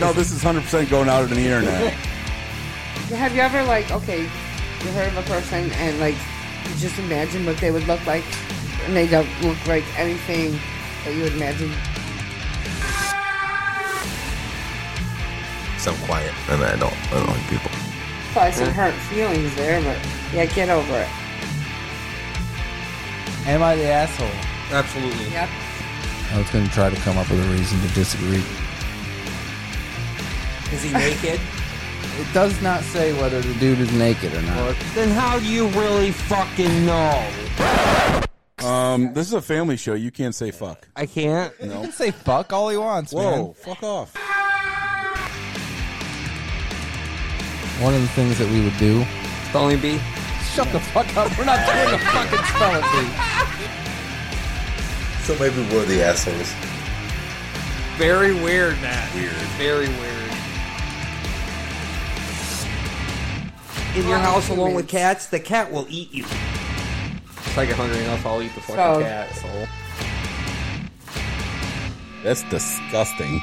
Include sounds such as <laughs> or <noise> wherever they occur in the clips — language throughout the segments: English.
No, this is 100% going out on the internet. Have you ever like okay, you heard of a person and like you just imagine what they would look like, and they don't look like anything that you would imagine. So I'm quiet. I mean, I don't, I don't like people. Probably some hurt feelings there, but yeah, get over it. Am I the asshole? Absolutely. Yep. I was going to try to come up with a reason to disagree. Is he naked? <laughs> It does not say whether the dude is naked or not. then how do you really fucking know? Um, this is a family show. You can't say fuck. I can't. He can say fuck all he wants, Whoa, fuck off. man. One of the things that we would do. Spelling bee. Shut the fuck up. We're not doing a fucking spelling bee. So maybe we're the assholes. Very weird, Matt. Weird. Very weird. In your house alone Humans. with cats, the cat will eat you. If I get hungry enough, I'll eat the fucking So- cat. So. That's disgusting.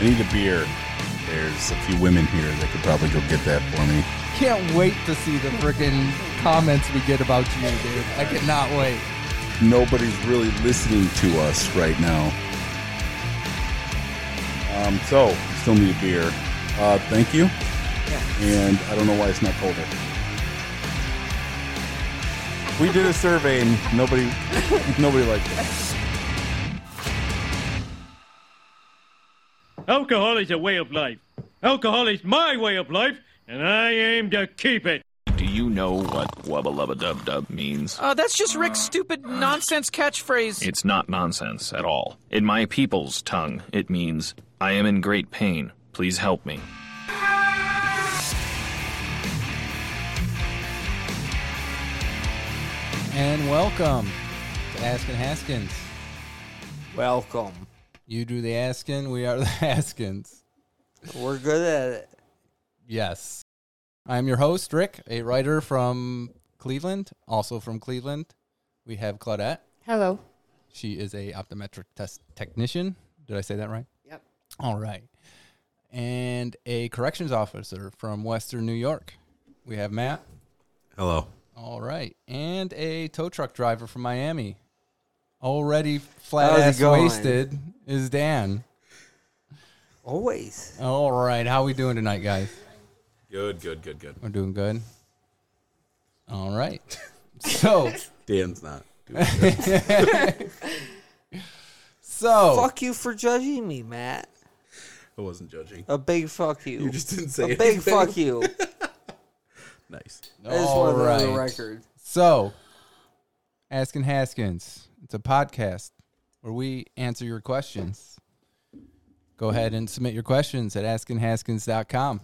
I need a beer. There's a few women here that could probably go get that for me. Can't wait to see the freaking comments we get about you, dude. I cannot wait. Nobody's really listening to us right now. Um, so, still need a beer. Uh, thank you. And I don't know why it's not colder. We did a survey and nobody, <laughs> nobody liked it. Alcohol is a way of life. Alcohol is my way of life, and I aim to keep it. Do you know what wubba lubba dub dub means? Oh, Uh, that's just Rick's stupid nonsense catchphrase. It's not nonsense at all. In my people's tongue, it means, I am in great pain. Please help me. And welcome to Askin Haskins. Welcome. You do the asking, we are <laughs> the Haskins. We're good at it. Yes. I'm your host, Rick, a writer from Cleveland, also from Cleveland. We have Claudette. Hello. She is a optometric test technician. Did I say that right? Yep. All right. And a corrections officer from Western New York. We have Matt. Hello. All right. And a tow truck driver from Miami. Already How's flat it ass going? wasted is Dan. Always. All right. How we doing tonight, guys? Good, good, good, good. We're doing good. All right. <laughs> So, Dan's not. so Fuck you for judging me, Matt. I <laughs> wasn't judging. A big fuck you. You just didn't say a it. big <laughs> fuck you. Nice. I just want All to right. the record. So, Asking Haskins, it's a podcast where we answer your questions. Go ahead and submit your questions at askinghaskins.com.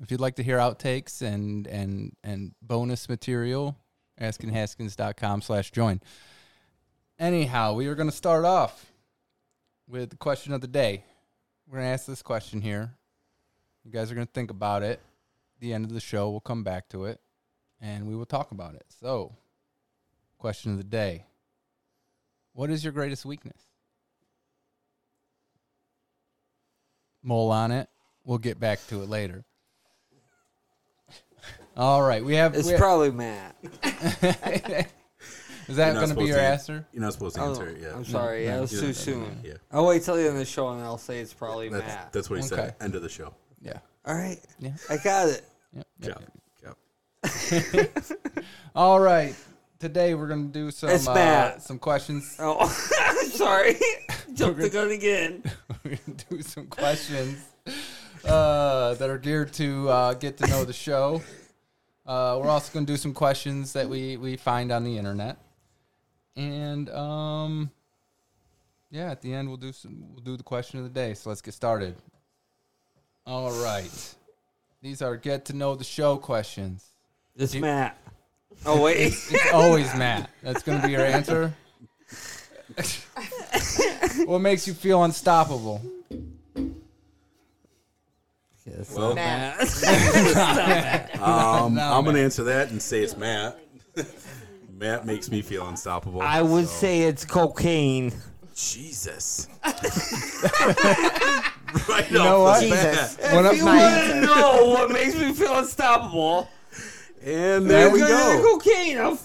If you'd like to hear outtakes and and and bonus material, askinghaskins.com slash join. Anyhow, we are going to start off with the question of the day. We're going to ask this question here. You guys are going to think about it. At the end of the show, we'll come back to it and we will talk about it. So, question of the day What is your greatest weakness? Mole on it. We'll get back to it later. All right. We have. It's we- probably Matt. <laughs> is that You're not going to be supposed your to- answer? You're not supposed to I answer don't- it yet. Oh, I'm sorry. that was Yeah, too no, no, soon. Yeah, I'll wait till the end of the show and I'll say it's probably that's, Matt. that's what he said. Okay. End of the show. Yeah. All right. Yeah. I got it. Yep. Yeah. yep. yeah. All right. Today we're going to do some It's uh, Matt. some questions. <laughs> Oh, <laughs> sorry. <laughs> Jumped the gun again. we're going to do some questions uh, that are geared to uh, get to know the show. Uh, we're also going to do some questions that we, we find on the internet. And um, yeah, at the end we'll do some, we'll do the question of the day. So let's get started. All right. These are get to know the show questions. It's Matt. Oh wait. It's always Matt. That's going to be your answer. what makes you feel unstoppable? Well, Matt. um, No, I'm going to man. answer that and say it's Matt. <laughs> Matt makes me feel unstoppable. <laughs> I would so- say it's cocaine. Jesus. right You know off what? the Jesus. bat. When I- If you would- no, what makes me feel unstoppable? And there we Because of go. Cocaine. I'm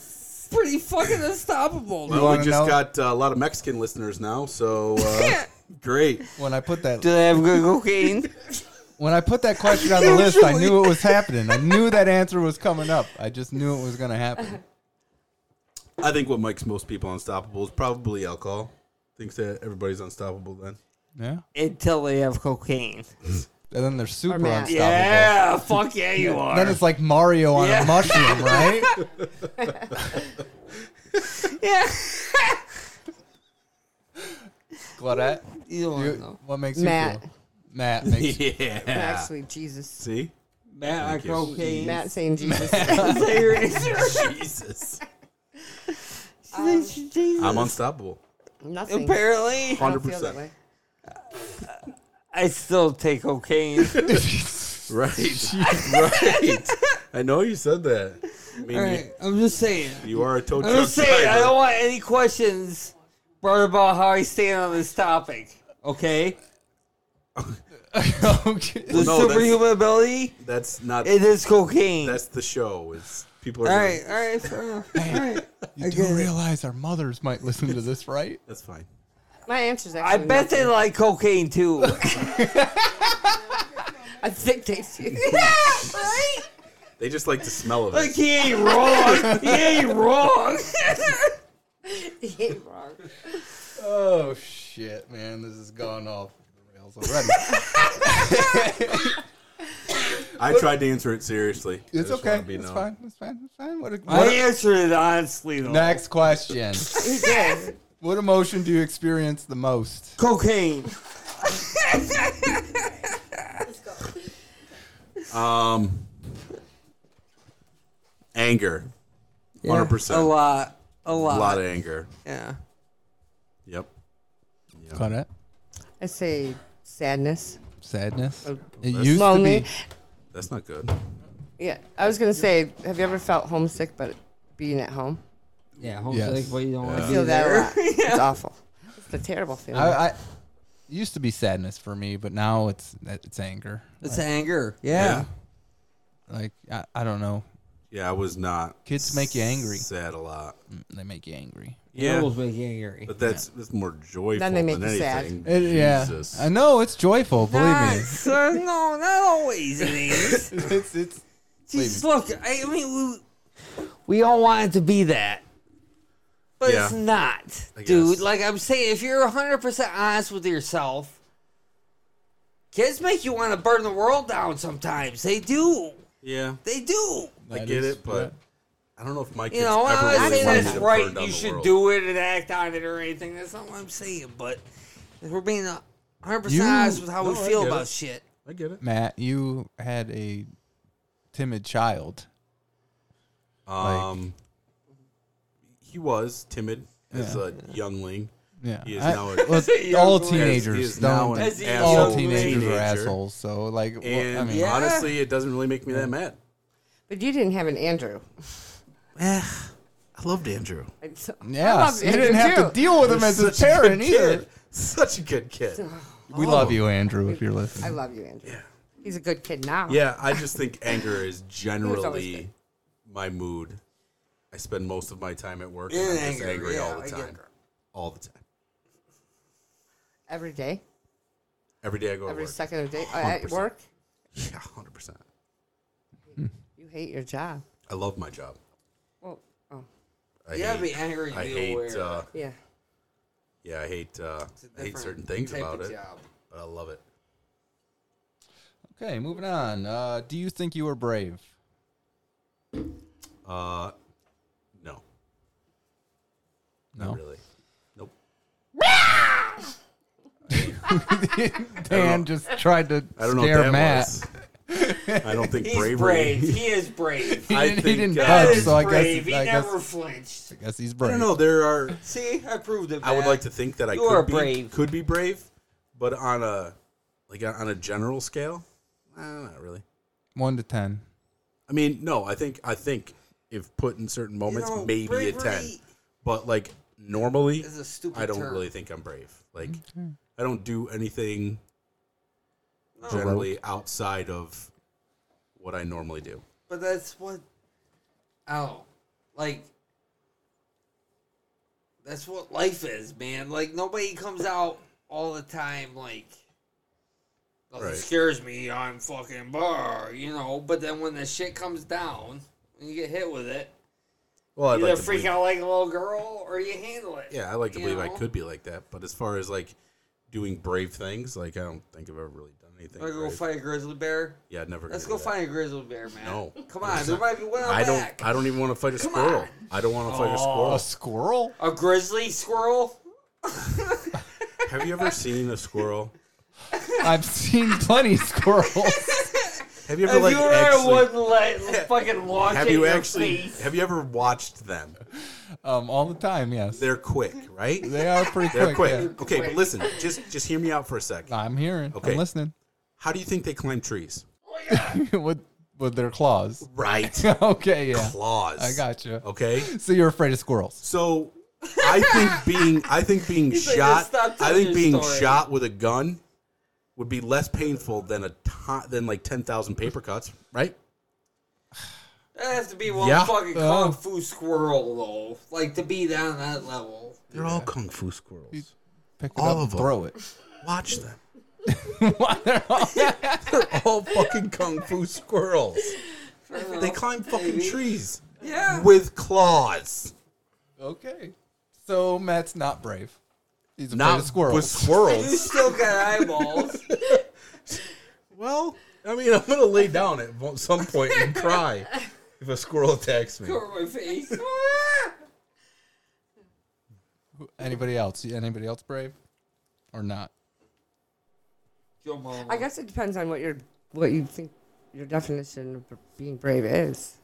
pretty fucking unstoppable. Well, we wanna just know? got uh, a lot of Mexican listeners now, so uh, great. when I put that Do they have good cocaine? <laughs> when I put that question on the list, I knew it was happening. I knew that answer was coming up. I just knew it was going to happen. I think what makes most people unstoppable is probably alcohol. Thinks that everybody's unstoppable then. Yeah. Until they have cocaine. And then they're super Matt. unstoppable. Yeah, fuck yeah, you Then are. it's like Mario on Yeah. a mushroom, <laughs> right? Yeah. Claudette, You don't you- know. what makes you Matt. feel? Matt <laughs> <laughs> makes Yeah. Actually, Jesus. See? Matt, I Thank you. cocaine. Matt saying Jesus. <laughs> Is that your answer? Jesus. Jesus. <laughs> I'm unstoppable. Nothing. Apparently, I don't feel that 100%. way. I still take <laughs> cocaine. <laughs> Right. right. <laughs> I know you said that. I mean, All right, I'm just saying. you are a tow I'm truck just saying. I driver. don't want any questions brought about how I stand on this topic. Okay, Okay. the no, that's- superhuman ability. That's not. It is cocaine. That's the show. It's people are. all right, all right, fair enough. All right. You do realize our mothers might listen to this, right? That's fine. My answer's I actually. bet they nothing. like cocaine <laughs> too. I think they <laughs> do. <laughs> right? They just like the smell of Like it. he ain't wrong. He ain't wrong. You're wrong. Oh shit, man, this has gone off the rails already. I tried to answer it seriously. I <laughs> it's just wanna okay. be It's known. fine. It's fine. It's fine. What, a, I what a- answered it honestly though. next question? <laughs> He did. What emotion do you experience the most? Cocaine. Um, anger. Yeah, 100%. A lot. A A lot. lot of anger. yeah. Yep. Claudette, I say sadness. sadness. It used Oh, Lonely. to be. That's not good. Yeah, I was gonna say, have you ever felt homesick but being at home? Yeah. Yes. sick, but you don't want I feel that a lot. It's awful. It's a terrible feeling. I, I it used to be sadness for me, but now it's it's anger. It's anger. Yeah. Like I, I don't know, Yeah, I was not. Kids make you angry. Sad a lot. they make you angry. Yeah. make you angry. <laughs> But that's that's more joyful Then they make than you sad. anything. It, yeah, Jesus. I know it's joyful. Believe me, Sir, no, not always <laughs> it is. it's it's Just look, I mean, we, we all want it to be that. But it's Yeah. not, I dude. guess. Like I'm saying, if you're 100% honest with yourself, kids make you want to burn the world down sometimes. They do. Yeah, They do. I That get is- it, but I don't know if my kids You know, ever I'm not really saying wanted that's to burn right. down You the should world. do it and act on it or anything. That's not what I'm saying. But if we're being 100% You- honest with how we No, I feel get about it. shit. I get it. Matt. You had a timid child. Um, he was timid as a youngling. Yeah, <laughs> He is I- now a, well, He all is he teenagers is now don't. an As a asshole all young teenagers teenager. are assholes. So like, wha- And I mean, Yeah. honestly, it doesn't really make me that mad. but you didn't have an Andrew. Eh, I loved Andrew. It's- I yeah, love you didn't Andrew, have to too. deal with him as a Such a good parent either. kid. Such a good kid. <laughs> We love you, Andrew, if you're listening. I love you, Andrew. He's a good kid now. Yeah, I just think <laughs> anger is generally good. my mood. I spend most of my time at work Yeah, and I'm just anger, angry yeah, all I the get time. it. All the time. Every day, Every day I go every to work. second of the day uh, at 100%. work. Yeah, 100%. You hate your job. I love my job. Well, oh I You gotta hate, be angry to I be hate aware. uh, yeah. yeah, I hate uh, I hate different certain things type about of it, job. but I love it. Okay, moving on. Uh, do you think you were brave? Uh no. No. Not really. Nope. Dan just tried to I don't know scare what that Matt. was. I don't think <laughs> He's bravery. <laughs> brave. He is brave. He I didn't, he think, didn't uh, That budge, is so I guess, brave. he I, guess, never flinched. I guess he's I brave. don't know. There are See, I proved it. I would Matt. like to think that I You could are be brave. could be brave, but on a like on a general scale, uh, not really. One to ten. I mean, no, I think I think if put in certain moments, know, maybe a ten. bravery But like normally, is a stupid I don't term. really think I'm brave. Like I don't do anything Oh. generally outside of what I normally do. But that's what. Oh, like that's what life is, man. Like nobody comes out all the time. Like nothing Right. scares me. I'm fucking bar, you know. But then when the shit comes down, when you get hit with it, Well, I'd you like either to freak believe- out like a little girl or you handle it. Yeah, I like to you believe I know? could be like that. But as far as like doing brave things, like I don't think I've ever really done anything. Wanna go brave. fight a grizzly bear. Yeah, I'd never. Let's gonna do go that. find a grizzly bear, man. No. come on, there might be one out I don't. back. I don't even want to fight a squirrel. I don't want to fight a A squirrel. squirrel? A grizzly squirrel. Have you ever seen a squirrel? <laughs> I've seen plenty of squirrels. Have you ever If like you were actually, actually? one like, fucking launch Have at you your actually? face. Have you ever watched them? <laughs> Um, all the time, yes. They're quick, right? They are pretty They're quick. yeah. quick. Okay, but listen, just just hear me out for a second. I'm hearing. Okay. I'm listening. How do you think they climb trees? <laughs> with with their claws. <laughs> Right, okay, yeah. <laughs> claws. I got you. Okay, So you're afraid of squirrels? So I <laughs> think being I think being like, shot "Just stop I telling think your being story." shot with a gun would be less painful than a ton, than like 10,000 paper cuts, right? That has to be one Yeah. fucking Oh. kung fu squirrel though, like to be down that level. They're all kung fu squirrels. Pick it All up, of 'em. throw it. Watch them. <laughs> Why they're all- <laughs> They're all fucking kung fu squirrels. They climb fucking trees Yeah, with claws. okay. So Matt's not brave. He's afraid Not of squirrels. with <laughs> you squirrels. still got eyeballs. well, I mean, I'm gonna <laughs> lay down at one- some point and cry if a squirrel attacks me. Cover my face. Anybody else? Anybody else brave or not? Your mama. I guess it depends on what your what you think your definition of being brave is.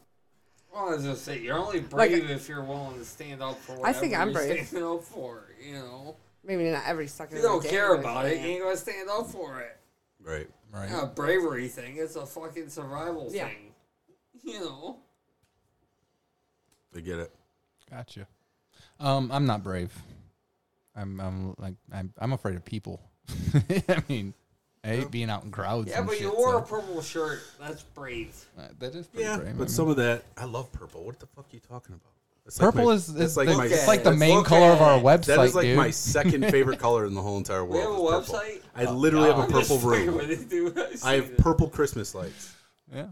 Well, I was gonna say you're only Like- brave if you're willing to stand up for. I think whatever I'm you're brave. Standing up for, you know, Maybe not every second. if you of the don't day, care but about it. yeah. You ain't gonna stand up for it. Right. Right. Not a bravery thing. It's a fucking survival Yeah. thing. You know. I get it. Gotcha. Um, I'm not brave. I'm I'm like I'm I'm afraid of people. <laughs> I mean, I hate being out in crowds. Yeah, and but shit, you wore so- a purple shirt. That's brave. Uh, that is pretty Yeah, brave. I but mean. some of that I love purple. What the fuck are you talking about? It's like purple my- is, that's is like, the, my- it's like the Let's main look color of at our it. website, that is like dude. my <laughs> second favorite color in the whole entire We have a world. is purple. website. I literally have a Oh, I'm just purple fucking room. with it, <laughs> dude. I have seen it. purple Christmas lights. yeah.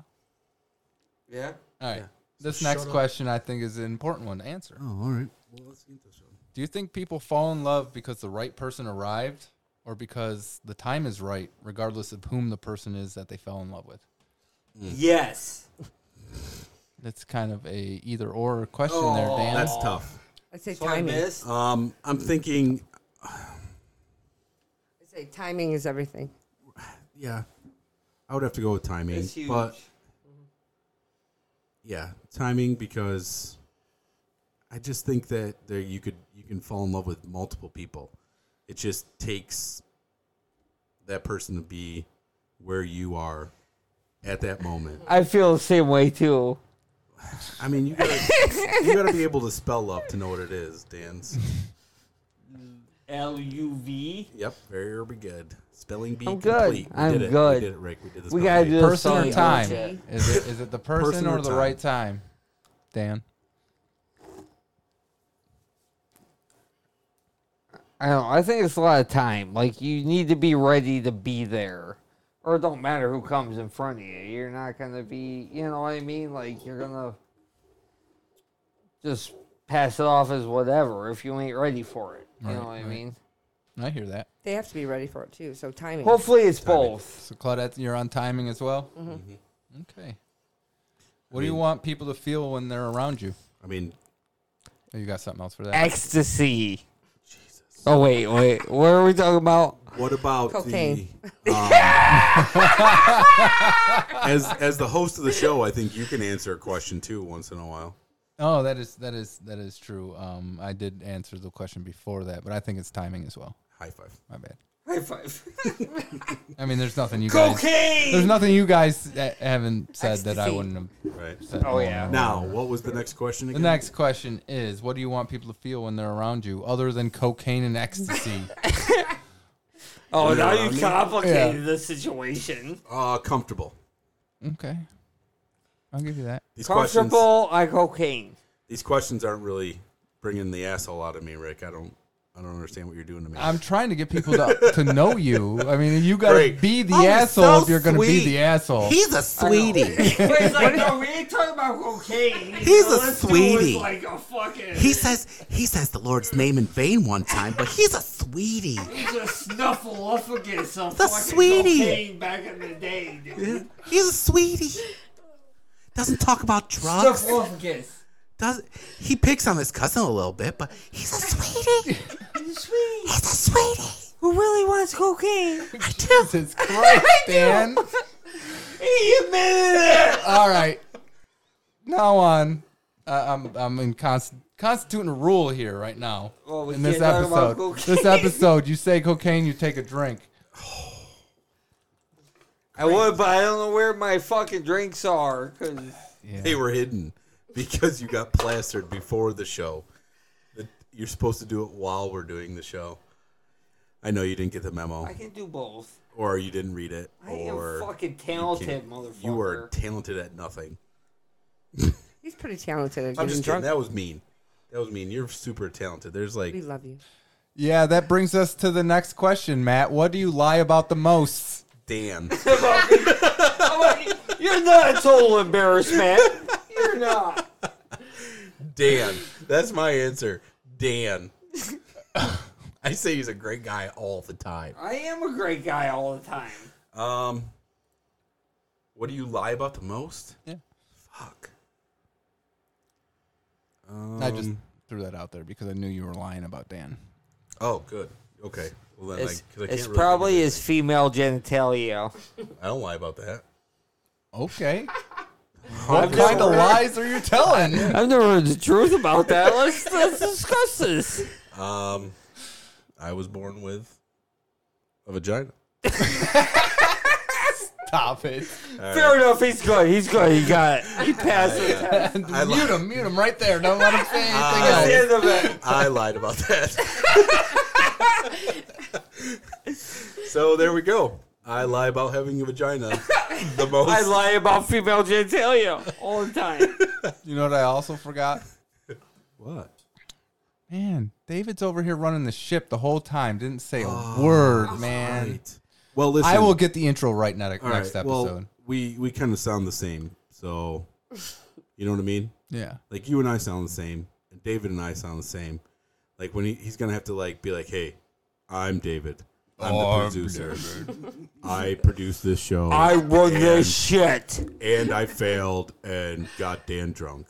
Yeah. All right. This next question I think is an important one to answer. Oh, all right. Well, let's get this one. Do you think people fall in love because the right person arrived or because the time is right, regardless of whom the person is that they fell in love with? Mm. Yes. That's kind of a either or question there, Oh, Dan. That's tough. I'd say So I timing. I'd missed. Um, I'm thinking, say timing is everything. yeah, I would have to go with timing, It's huge. Mm-hmm. but yeah, timing because I just think that there you could you can fall in love with multiple people. It just takes that person to be where you are at that moment. I feel the same way too. I mean, you gotta, <laughs> you gotta be able to spell love to know what it is, Dan's. L U V. Yep, very good. Spelling bee I'm good. complete. We I'm did it. good. We did it, Rick. We did this. We gotta do person Sorry, or time? bullshit. Is it, is it the person, Person or, or the time. right time, Dan? I don't know. I think it's a lot of time. Like you need to be ready to be there. Or it don't matter who comes in front of you. You're not gonna be you know what I mean? Like you're gonna just pass it off as whatever if you ain't ready for it. You Right, know what I right. mean? I hear that. They have to be ready for it too. So timing. Hopefully it's both. So Claudette, you're on timing as well. Mm-hmm. Okay. What do you want people to feel when they're around you? I mean, Oh, you got something else for that? Ecstasy. Oh wait, wait. What are we talking about? what about Cocaine. the? Um, as as the host of the show, I think you can answer a question too once in a while. Oh, that is that is that is true. Um, I did answer the question before that, but I think it's timing as well. High five. My bad. High five. <laughs> I mean, there's nothing you guys. There's Cocaine! nothing you guys that haven't said that I Ecstasy. wouldn't have Right. said. Um, Oh, yeah. Now, what was the next question The again? next question is: What do you want people to feel when they're around you, other than cocaine and ecstasy? Oh, now I you mean- complicated the situation. Uh, comfortable. okay, I'll give you that. These questions. Comfortable, I cocaine. These questions aren't really bringing the asshole out of me, Rick. I don't. I don't understand what you're doing to me. I'm trying to get people to, to know you. I mean, you gotta Great. be the Oh, he's asshole so if you're gonna be sweet. the asshole. He's a sweetie. <laughs> But it's like, no, we ain't talking about <laughs> cocaine. He's So a let's do it with, sweetie. Like a fucking. says he says the Lord's name in vain one time, but he's a sweetie. He's a snuffleupagus of The fucking sweetie. cocaine back in the day, dude. He's a sweetie. Doesn't talk about drugs. Snuffleupagus. Does he picks on his cousin a little bit, but he's a sweetie. <laughs> He's a sweetie He's a sweetie. who really wants cocaine. I do. Jesus Christ, Dan. He admitted it. All right. Now on, uh, I'm I'm in const- constituting a rule here right now. Well, we in this can't talk about episode, cocaine. this episode, you say cocaine, you take a drink. I would, but I don't know where my fucking drinks are. Cause They were hidden because you got plastered before the show. That You're supposed to do it while we're doing the show. I know you didn't get the memo, I can do both. or you didn't read it, I or am fucking you talented, can't- motherfucker. You are talented at nothing. He's pretty talented at I'm getting just kidding. drunk. That was mean. That was mean. You're super talented. There's like We love you. Yeah, that brings us to the next question, Matt. What do you lie about the most? <laughs> Dan. <laughs> You're not a total embarrassment. You're not. Dan. That's my answer. Dan. <laughs> I say he's a great guy all the time. I am a great guy all the time. Um, what do you lie about the most? Yeah. Fuck. I just Um, threw that out there because I knew you were lying about Dan. Oh, good. Okay. Well, then, I, It's, 'cause I can't it's really probably think of his female genitalia. anything. I don't lie about that. <laughs> Okay. what kind of lies are you telling? I've never heard the truth about <laughs> that. Let's, let's discuss this. Um, I was born with a vagina. <laughs> Stop it. Fair enough. He's good. He's good. He got it. He passed the test. I, li- Mute him, mute him right there. Don't let him <laughs> say anything That's else. the end of it. I lied about that. <laughs> so there we go. I lie about having a vagina <laughs> the most. I lie about female Oh, genitalia <laughs> all the time. You know what I also forgot? what? Man, David's over here running the ship the whole time. Didn't say a word, man. Right. Well, listen. I will get the intro right ne- All next right, episode. Well, we we kind of sound the same, so you know what I mean. yeah. Like you and I sound the same, and David and I sound the same. Like when he, he's gonna have to like be like, "Hey, I'm David. I'm the producer. I produce this show, I won this shit. and I failed and got Dan drunk.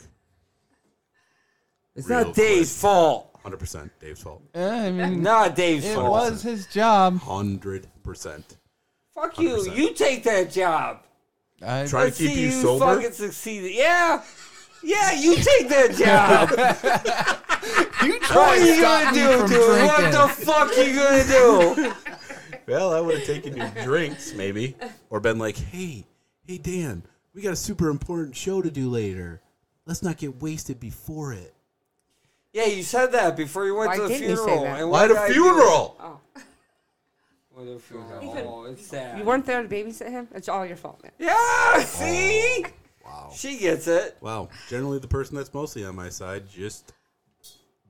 It's Real not Dave's question. fault. Hundred percent, Dave's fault. Eh, I mean, Not Dave's it fault. was his job. Hundred percent. Fuck you. 100%. You take that job. I, Trying to Let's keep see you who sober. fucking succeeded. Yeah. Yeah, you take that <laughs> job. you what try are to you gonna stop me do, from dude? What drinking. the fuck you gonna <laughs> do? Well, I would have taken your drinks, maybe, or been like, "Hey, hey, Dan, we got a super important show to do later. Let's not get wasted before it." Yeah, you said that before you went Why to the didn't you say funeral. that? Oh. And Why what did the I do? funeral? <laughs> What a funeral. Oh, it's sad. You <laughs> weren't there to babysit him. It's all your fault, man. Yeah, see? Oh, Wow. She gets it. Wow. Generally, the person that's mostly on my side just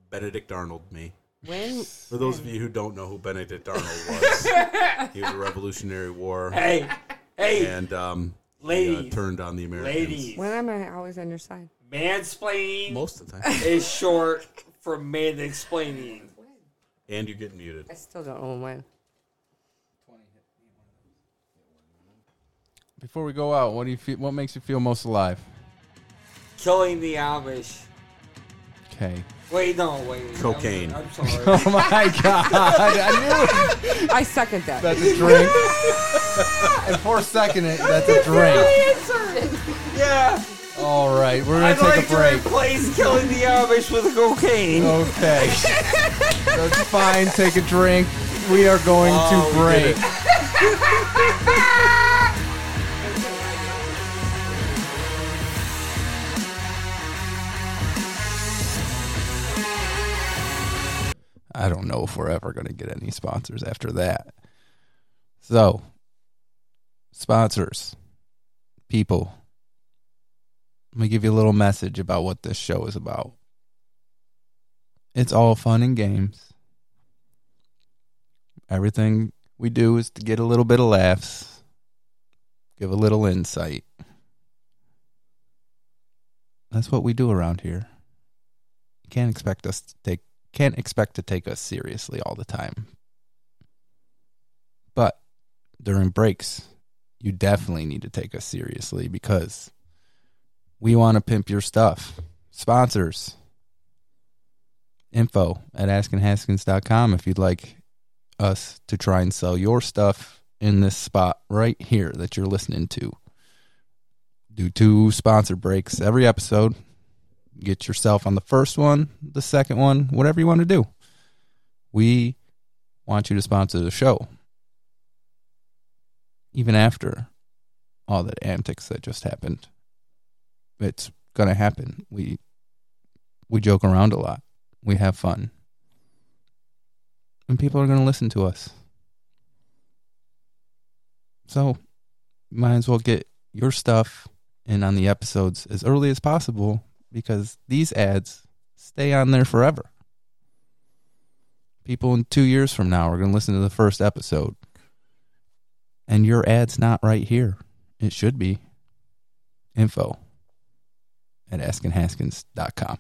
Benedict Arnold me. When For those of you who don't know who Benedict Arnold <laughs> was, he was a Revolutionary War Hey, hey, and um, he, uh, Ladies. turned on the Americans. ladies. when am I always on your side? Mansplaining Most of the time. is short for man explaining. and you get muted. I still don't know when. Before we go out, what do you feel? What makes you feel most alive? Killing the Amish. Okay. <laughs> Wait, no, wait. I'm- Cocaine. I'm, <laughs> sorry. <laughs> Oh my god! I knew it. I second that. that's a drink. and for a second, it, that's a drink. yeah, All right, we're gonna I'd take like a to break. replace killing the Amish with cocaine. Okay. That's fine. Take a drink. we are going to break. I don't know if we're ever going to get any sponsors after that. So, sponsors, people, let me give you a little message about what this show is about. It's all fun and games. Everything we do is to get a little bit of laughs, give a little insight. That's what we do around here. You can't expect us to take can't expect to take us seriously all the time. But during breaks, you definitely need to take us seriously because we want to pimp your stuff. Sponsors. Info at askinhaskins.com if you'd like us to try and sell your stuff in this spot right here that you're listening to. Do two sponsor breaks every episode get yourself on the first one, the second one, whatever you want to do. We want you to sponsor the show. Even after all that antics that just happened. It's gonna happen. We we joke around a lot. We have fun. And people are gonna listen to us. So might as well get your stuff in on the episodes as early as possible because these ads stay on there forever. People in two years from now are going to listen to the first episode, and your ad's not right here. It should be info at askinhaskins.com.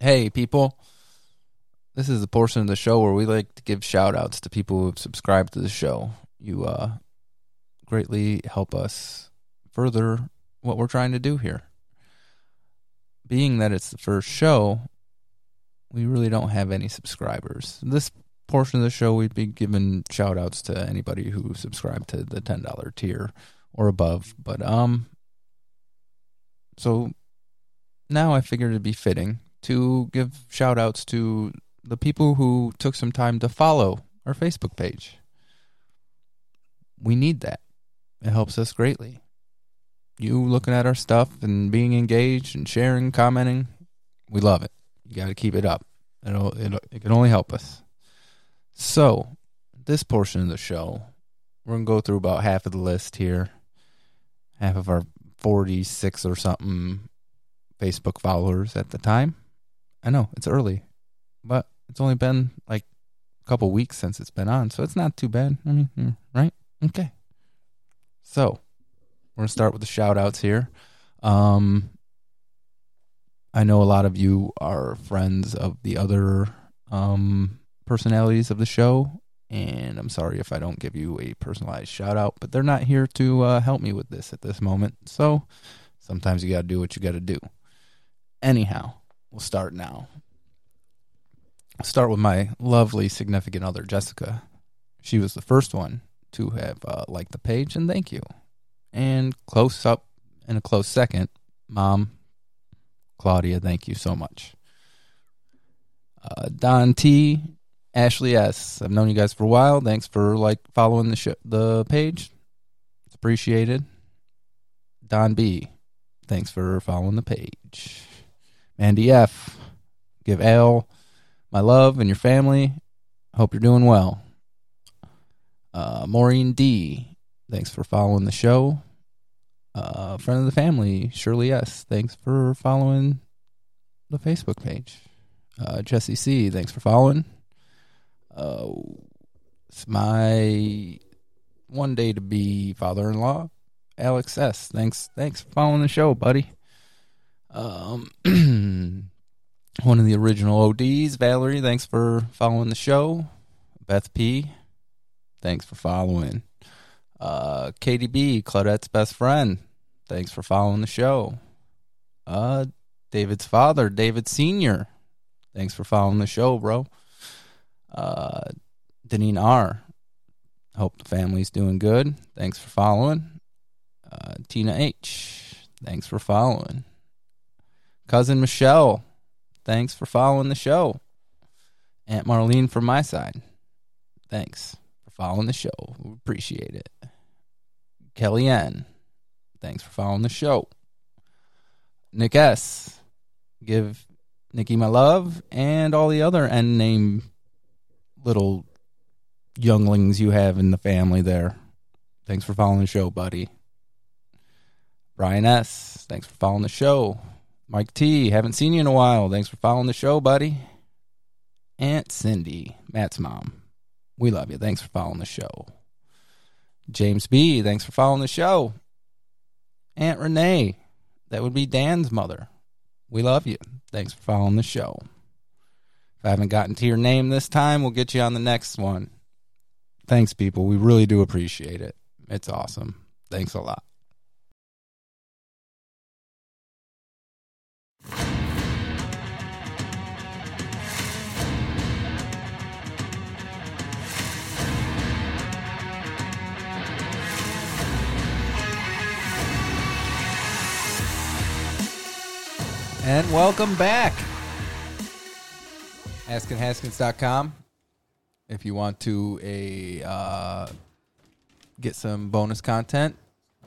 Hey, people. This is the portion of the show where we like to give shout outs to people who have subscribed to the show. You uh, greatly help us further what we're trying to do here. Being that it's the first show, we really don't have any subscribers. This portion of the show, we'd be giving shout outs to anybody who subscribed to the $10 tier or above. But, um, so now I figured it'd be fitting to give shout outs to the people who took some time to follow our Facebook page. We need that, it helps us greatly you looking at our stuff and being engaged and sharing, commenting, we love it. You got to keep it up. It'll, it'll, it can only help us. So, this portion of the show, we're going to go through about half of the list here, half of our 46 or something Facebook followers at the time. I know it's early, but it's only been like a couple weeks since it's been on, so it's not too bad. I mean, mm, right? Okay. So, we're gonna start with the shout outs here um i know a lot of you are friends of the other um personalities of the show and i'm sorry if i don't give you a personalized shout out but they're not here to uh, help me with this at this moment so sometimes you gotta do what you gotta do anyhow we'll start now I'll start with my lovely significant other jessica she was the first one to have uh, liked the page and thank you and close up in a close second, Mom, Claudia, thank you so much. Uh, Don T, Ashley S, I've known you guys for a while. Thanks for like following the show, the page. It's appreciated. Don B, thanks for following the page. Mandy F, give Al my love and your family. Hope you're doing well. Uh, Maureen D, thanks for following the show. Uh, friend of the family, Shirley S. Thanks for following the Facebook page. Uh, Jesse C. Thanks for following. Uh, it's my one day to be father-in-law, Alex S. Thanks, thanks for following the show, buddy. Um, <clears throat> one of the original ODs, Valerie. Thanks for following the show. Beth P. Thanks for following. Uh, KDB, Claudette's best friend. Thanks for following the show. Uh, David's father, David Sr. Thanks for following the show, bro. Uh, Deneen R. Hope the family's doing good. Thanks for following. Uh, Tina H. Thanks for following. Cousin Michelle. Thanks for following the show. Aunt Marlene from my side, thanks for following the show. We appreciate it. Kellyanne, thanks for following the show. Nick S, give Nikki my love and all the other end name little younglings you have in the family there. Thanks for following the show, buddy. Brian S, thanks for following the show. Mike T, haven't seen you in a while. Thanks for following the show, buddy. Aunt Cindy, Matt's mom. We love you. Thanks for following the show. James B, thanks for following the show. Aunt Renee, that would be Dan's mother. We love you. Thanks for following the show. If I haven't gotten to your name this time, we'll get you on the next one. Thanks, people. We really do appreciate it. It's awesome. Thanks a lot. And welcome back. AskinHaskins.com. If you want to a uh, get some bonus content,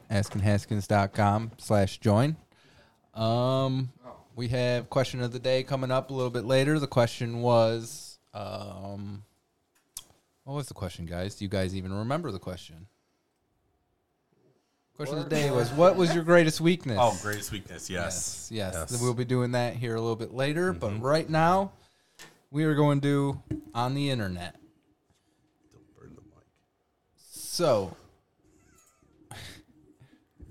AskinHaskins.com slash join. Um, we have question of the day coming up a little bit later. The question was, um, what was the question, guys? Do you guys even remember the question? Question of the day was, what was your greatest weakness? Oh, greatest weakness. Yes. Yes, yes. Mm-hmm. We'll be doing that here a little bit later, but right now we are going to on the internet. So <laughs>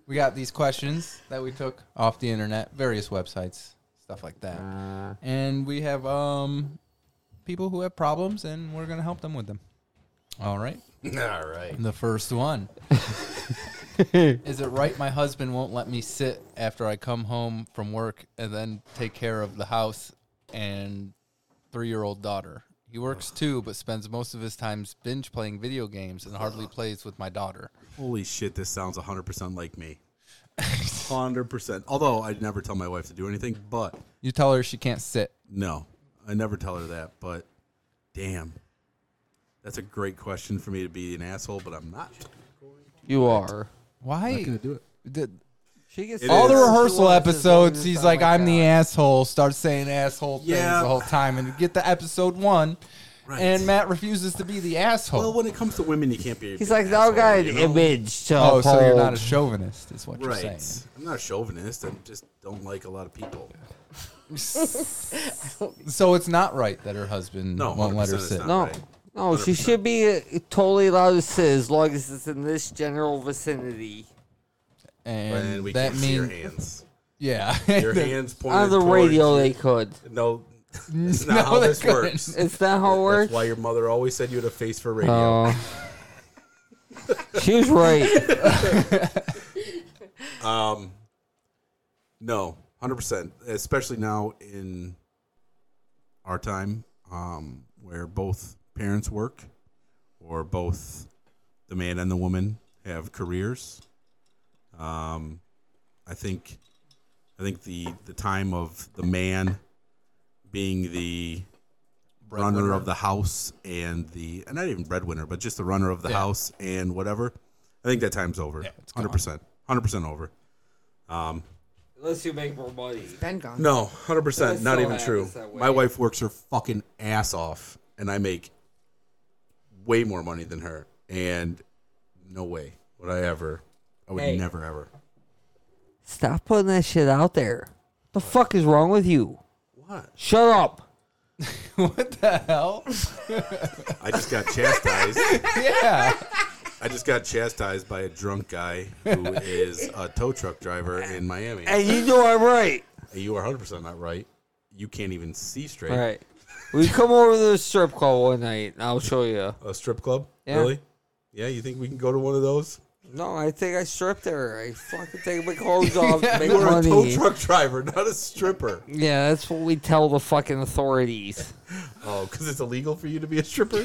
we got these questions that we took off the internet, various websites, stuff like that. Uh. and we have um people who have problems and we're going to help them with them. All right. <laughs> All right. The first <laughs> one. Is it right my husband won't let me sit after I come home from work and then take care of the house and three year old daughter? He works too, but spends most of his time binge playing video games and hardly plays with my daughter. Holy shit, this sounds 100% like <laughs> me. 100%. Although I'd never tell my wife to do anything, but You tell her she can't sit. no, I never tell her that. But damn, that's a great question for me to be an asshole, but I'm not. <laughs> You are. Why? do it. Did- She gets It all the is. rehearsal episodes, he's like, I'm the ass. asshole, starts saying asshole things Yeah. the whole time, and you get to episode one, Right. and Matt refuses to be the asshole. Well, when it comes to women, you can't be. He's like, that now got an you know? image to oh, so you're uphold." not a chauvinist, is what you're saying. Right. I'm not a chauvinist. I just don't like a lot of people. So it's not right that her husband No, won't let her 100% it's sit. not. No, Right. no, she should be uh, totally allowed to sit as long as it's in this general vicinity. And And we that can't see your means, <laughs> hands. yeah. Your hands pointed On the towards radio, you. they could. No, <laughs> that's not No, how they this couldn't. <laughs> works. It's not how it That's works. why your mother always said you had a face for radio. Oh. she was right. No, hundred percent. Especially now in our time, um, where both parents work, or both the man and the woman have careers. Um, I think, I think the the time of the man being the runner of the house and the and not even breadwinner, but just the runner of the house and whatever. I think that time's over. it's gone. Hundred percent, hundred percent over. Unless you make more money. Ben gone. No, hundred percent. That Not still even happens true. that way. My wife works her fucking ass off, and I make way more money than her. And no way would I ever. I would Hey. never ever. Stop putting that shit out there. The fuck is wrong with you? What? Shut up. <laughs> what the hell? I just got chastised. <laughs> Yeah. I just got chastised by a drunk guy who is a tow truck driver in Miami. And you know I'm right. You are hundred percent not right. You can't even see straight. Right. We come over to the strip club one night and I'll show you. A strip club? Yeah. Really? Yeah. You think we can go to one of those? No, I think I stripped her. I fucking take my clothes <laughs> off, to make You are a tow money. truck driver, not a stripper. Yeah, that's what we tell the fucking authorities. Oh, because it's illegal for you to be a stripper.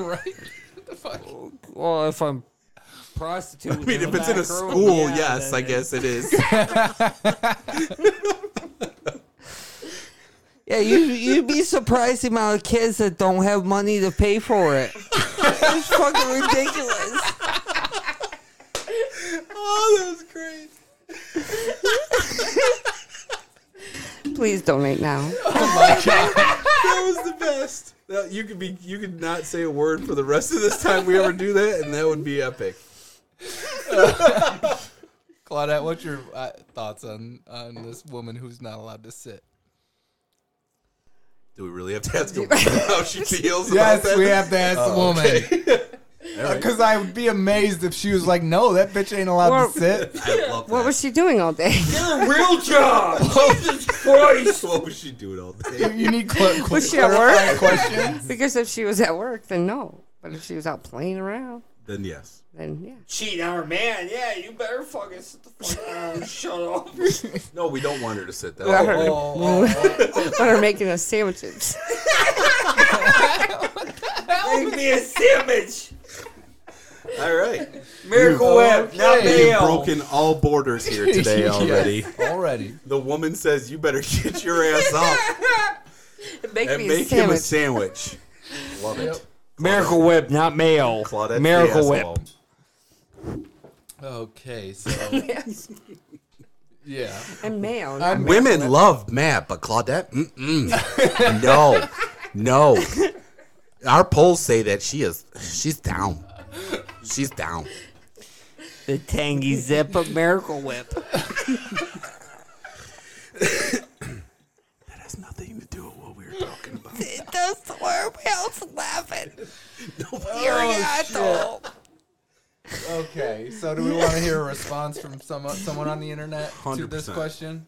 right. the fuck? Well, if I'm prostitute, I mean, if it's in a school, yes, <laughs> I guess it is. Yeah, you you'd be surprised the amount of kids that don't have money to pay for <laughs> it. it's fucking ridiculous. Please donate now. That was the best. That- you could be you could not say a word for the rest of this time we ever do that, and that would be epic. Claudette, what's your uh, thoughts on on this woman who's not allowed to sit? Do we really have to <laughs> ask her <laughs> how she feels? about Yes, that? we have to ask Oh, the woman. right. <laughs> Because I would be amazed if she was like, "No, that bitch ain't allowed Well- to sit." <laughs> I love <laughs> What that. was she doing all day? <laughs> Real <laughs> job. what was she doing all day? You need cl- cl- Was she at work? <laughs> questions. Because if she was at work, then no. But if she was out playing around, Then yes, then yeah. Cheat our man, yeah, you better fucking sit the fuck down and shut up. no, we don't want her to sit that. Let way. Oh, her, uh, let her making <laughs> us sandwiches. Make me a sandwich. All right, Miracle Whip, not we've mail. broken all borders here <laughs> today Yes, already. already. The woman says, "You better <laughs> get your <laughs> ass up Make and me make a him a sandwich. sandwich." <laughs> Love it, Miracle Whip, not mail. Claudette. the Miracle Whip. asshole. Okay, so yeah, <laughs> and mayo. Women love Matt, but Claudette, mm-mm. no, no. Our polls say that she is, she's down. She's down. The tangy zip of Miracle Whip. That has nothing to do with what we were talking about. That's where else laughing. <laughs> Oh, okay. So do we want to hear a response from some someone on the internet to this 100%. question?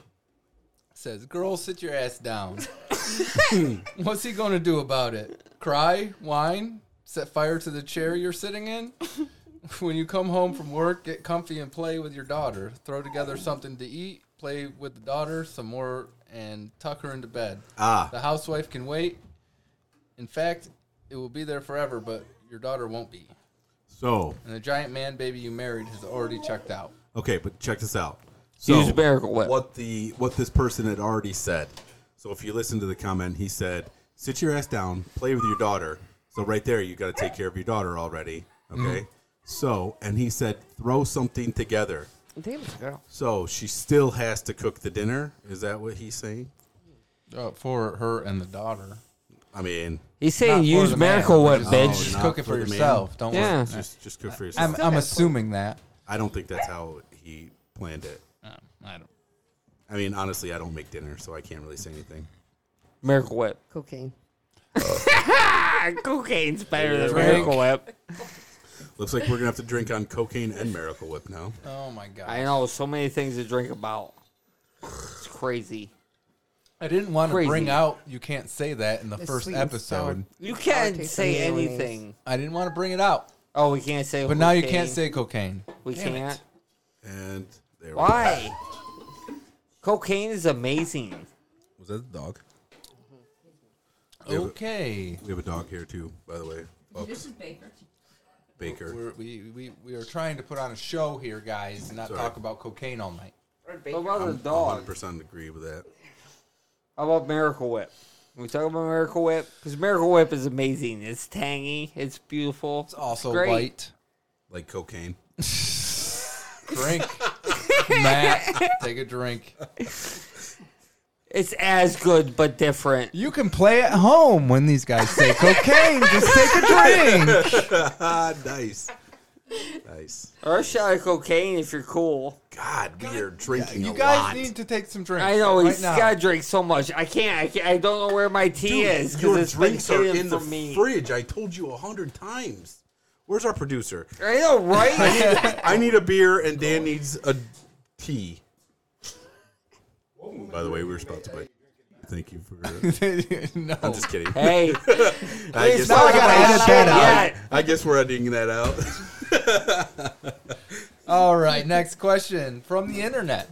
Says, "Girl, sit your ass down." <laughs> What's he going to do about it? Cry, whine, set fire to the chair you're sitting in? when you come home from work, get comfy and play with your daughter. Throw together something to eat, play with the daughter some more, and tuck her into bed. Ah. The housewife can wait. In fact, it will be there forever, but your daughter won't be. So, And the giant man baby you married has already checked out. okay, but check this out. So, Use Miracle Whip. what the what this person had already said. So, if you listen to the comment, he said, "Sit your ass down, play with your daughter." So, right there, you got to take care of your daughter already. Okay. So, and he said, "Throw something together." Damn it, girl. So she still has to cook the dinner. Is that what he's saying? Uh, for her and the daughter. I mean, He's Not saying for use the man, Miracle Whip, just- bitch. Just Not cook it for for the man. yourself. Don't Yeah. worry. just just cook for yourself. I'm, I'm assuming that. I don't think that's how he planned it. Um, I don't. I mean, honestly, I don't make dinner, so I can't really say anything. Miracle Whip. Cocaine. Cocaine's better than Drink. Miracle Whip. Looks like we're gonna have to drink on cocaine and Miracle Whip now. Oh my god! I I, know so many things to drink about. It's crazy. didn't want to Crazy. bring out. You can't say that in the It's first sweet and sour. episode. You can't taste say mayonnaise. anything. I didn't want to bring it out, Oh, we can't say. but now you cocaine. can't say cocaine. we Damn it. can't. And there we go. Why? Cocaine is amazing. Was that the dog? We have, a, Okay. we have a dog here too, by the way. This is Baker. Baker. We're, we, we, we are trying to put on a show here, guys, and not Sorry. talk about cocaine all night. What about the One dog? percent agree with that. How about Miracle Whip? Can we talk about Miracle Whip? Because Miracle Whip is amazing. It's tangy. It's beautiful. It's Also, great. white. Like cocaine. <laughs> Drink. Matt, take a drink. It's as good but different. You can play at home when these guys say cocaine. Just take <laughs> a drink. Ah, <laughs> nice. Nice. Or a shot of cocaine if you're cool. God, we are drinking You a guys lot. need to take some drinks. I know right he's now. got to drink so much. I can't, I can't. I don't know where my tea Dude, is your because it's been drinks are hidden in the from me. fridge. I told you a hundred times. Where's our producer? I know, <laughs> right? I need a beer, and Dan needs a tea. By the way, we were sponsored by. Thank you for. <laughs> no. I'm just kidding. <laughs> hey, I it's guess, I not gotta edit that out. yet. I guess we're editing that out. <laughs> All right, next question from the internet.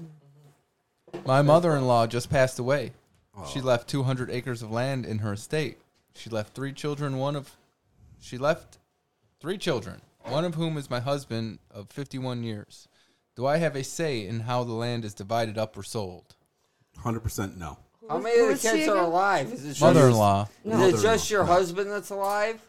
My mother in law just passed away. Oh. She left 200 acres of land in her estate. She left three children, one of. She left three children, one of whom is my husband of 51 years. Do I have a say in how the land is divided up or sold? Hundred percent no. How Who- many who of the is she kids are again? alive? Is it just, Mother-in-law. Is it just your husband that's alive?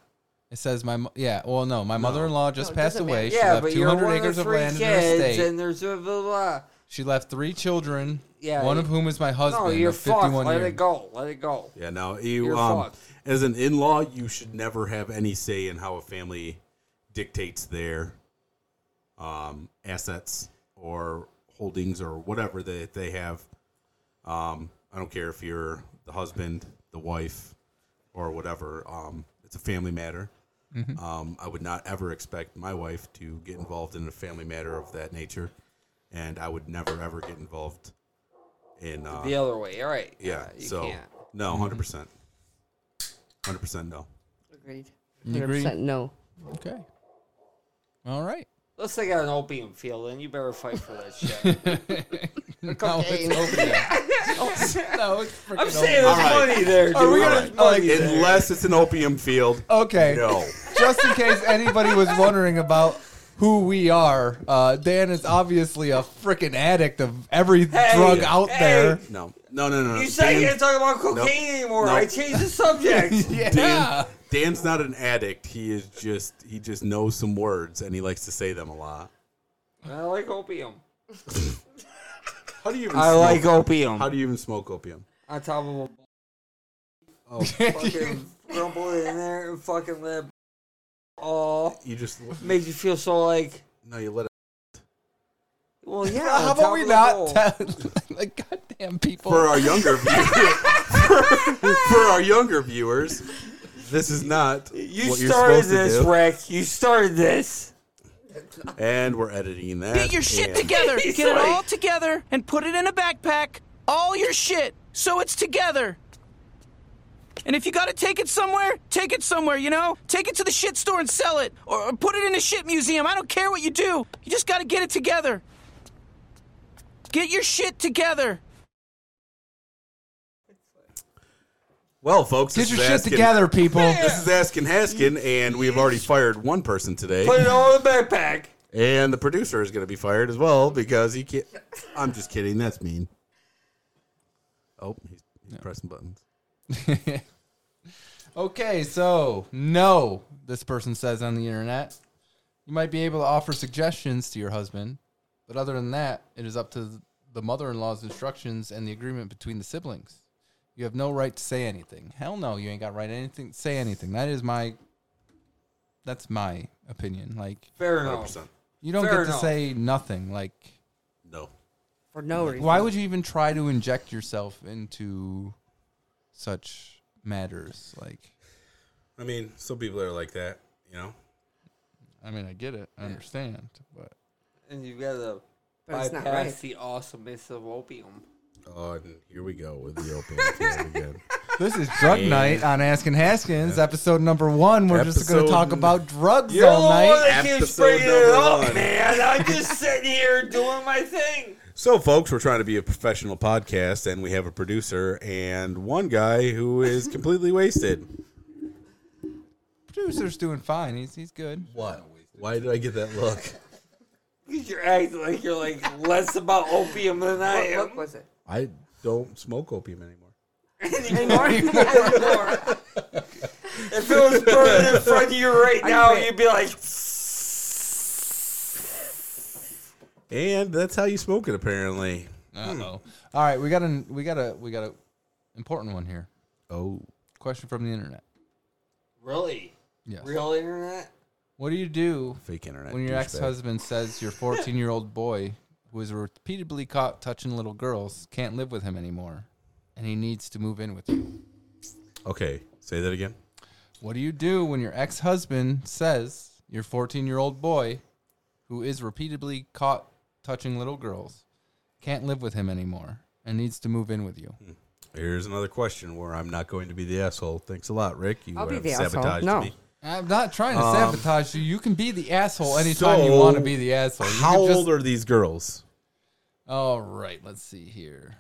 It says my mo- yeah. Well, no, my mother-in-law just No, it passed doesn't away. matter. She yeah, left but you're 200 one acres of of three land in her kids, estate. and there's blah blah blah. she left three children. Yeah, one you- of whom is my husband. no, you're of fucked. 51 Let years. it go. Let it go. Yeah, now you You're um, fucked. as an in-law, you should never have any say in how a family dictates their um, assets or holdings or whatever that they have. Um, I don't care if you're the husband, the wife, or whatever. Um, it's a family matter. Um, I would not ever expect my wife to get involved in a family matter of that nature, and I would never ever get involved in uh, The other way. All right. yeah. Uh, you so can't. Mm-hmm. no, hundred percent, hundred percent. No. Agreed. You agree? 100% No. Okay. All <laughs> right. Unless they got an opium field, then you better fight for that shit. No, it's opium. <laughs> <laughs> no, it's freaking Oh, I'm saying opium. there's money there. Dude. Are we All Oh, gonna, right. Unless it's an opium field. Okay. No. Just in case anybody <laughs> was wondering about who we are, uh, Dan is obviously a freaking addict of every drug out hey. there. No. No. No. No. no. You said you Dan- didn't talk about cocaine Nope. anymore. Nope. I changed the <laughs> subject. Yeah. <laughs> Dan, Dan's not an addict. He is just he just knows some words and he likes to say them a lot. I like opium. How do you even? I smoke? like opium. How do you even smoke opium? On top of a. fucking crumple it in there and fucking let. it Oh, You just makes you feel so like. no. You let it Well, yeah. on How top about we of the not bowl. tell <laughs> like goddamn people? for our younger viewers. for, <laughs> for our younger viewers, this is not You what you're started supposed this, to do. Rick. You started this. And we're editing that. Get your shit and- together. He's Get it like- all together and put it in a backpack. All your shit. So it's together. And if you gotta take it somewhere, take it somewhere, you know? Take it to the shit store and sell it. Or, or put it in a shit museum. I don't care what you do. You just gotta get it together. Get your shit together. Well, folks, Get this your is shit asking- together, people. This is Askin Haskin, and we've already fired one person today, Put it all in the backpack. and the producer is going to be fired as well because he can't. I'm just kidding. That's mean. Oh, he's, he's pressing buttons. <laughs> Okay, so no, this person says on the internet. You might be able to offer suggestions to your husband, but other than that, it is up to the mother in law's instructions and the agreement between the siblings. You have no right to say anything. Hell no, you ain't got right anything say anything. That is my that's my opinion. Like Fair enough. 100%. you don't Fair get to enough. say nothing. Like No. For no reason. why would you even try to inject yourself into such matters? Like I mean, some people are like that, you know? I mean, I get it. I understand, but And you've got to But it's bypass not right. the awesomeness of opium. Oh, and here we go with the open field again. <laughs> <laughs> This is Drug Night on Askin Haskins, episode number one. We're just going Episode- to talk about drugs You're the all one night. that keeps Episode bringing it number up, one. man. I'm just sitting here doing my thing. So, folks, we're trying to be a professional podcast, and we have a producer and one guy who is completely wasted. Producer's doing fine. He's he's good. What? Why did I get that look? Because <laughs> you're acting like you're like less about opium than I What book am. was it? I don't smoke opium anymore. Anymore. Anymore. if it was burning in front of you <laughs> right now, quit. you'd be like, And that's how you smoke it, apparently. Uh oh. All right, we got an we got a we got a important one here. Oh. Question from the internet. really? Yes. Real internet? What do you do Fake internet. when your douchebag. ex husband says your 14 year old boy, who is repeatedly caught touching little girls, can't live with him anymore, and he needs to move in with you? Okay, say that again. What do you do when your ex husband says your 14 year old boy, who is repeatedly caught touching little girls, can't live with him anymore and needs to move in with you? Hmm. Here's another question where I'm not going to be the asshole. Thanks a lot, Rick. You I'll be have the asshole. sabotaged No. me. I'm not trying to sabotage you. You can be the asshole anytime Um, so you want to be the asshole. You How can just- old are these girls? All right, let's see here.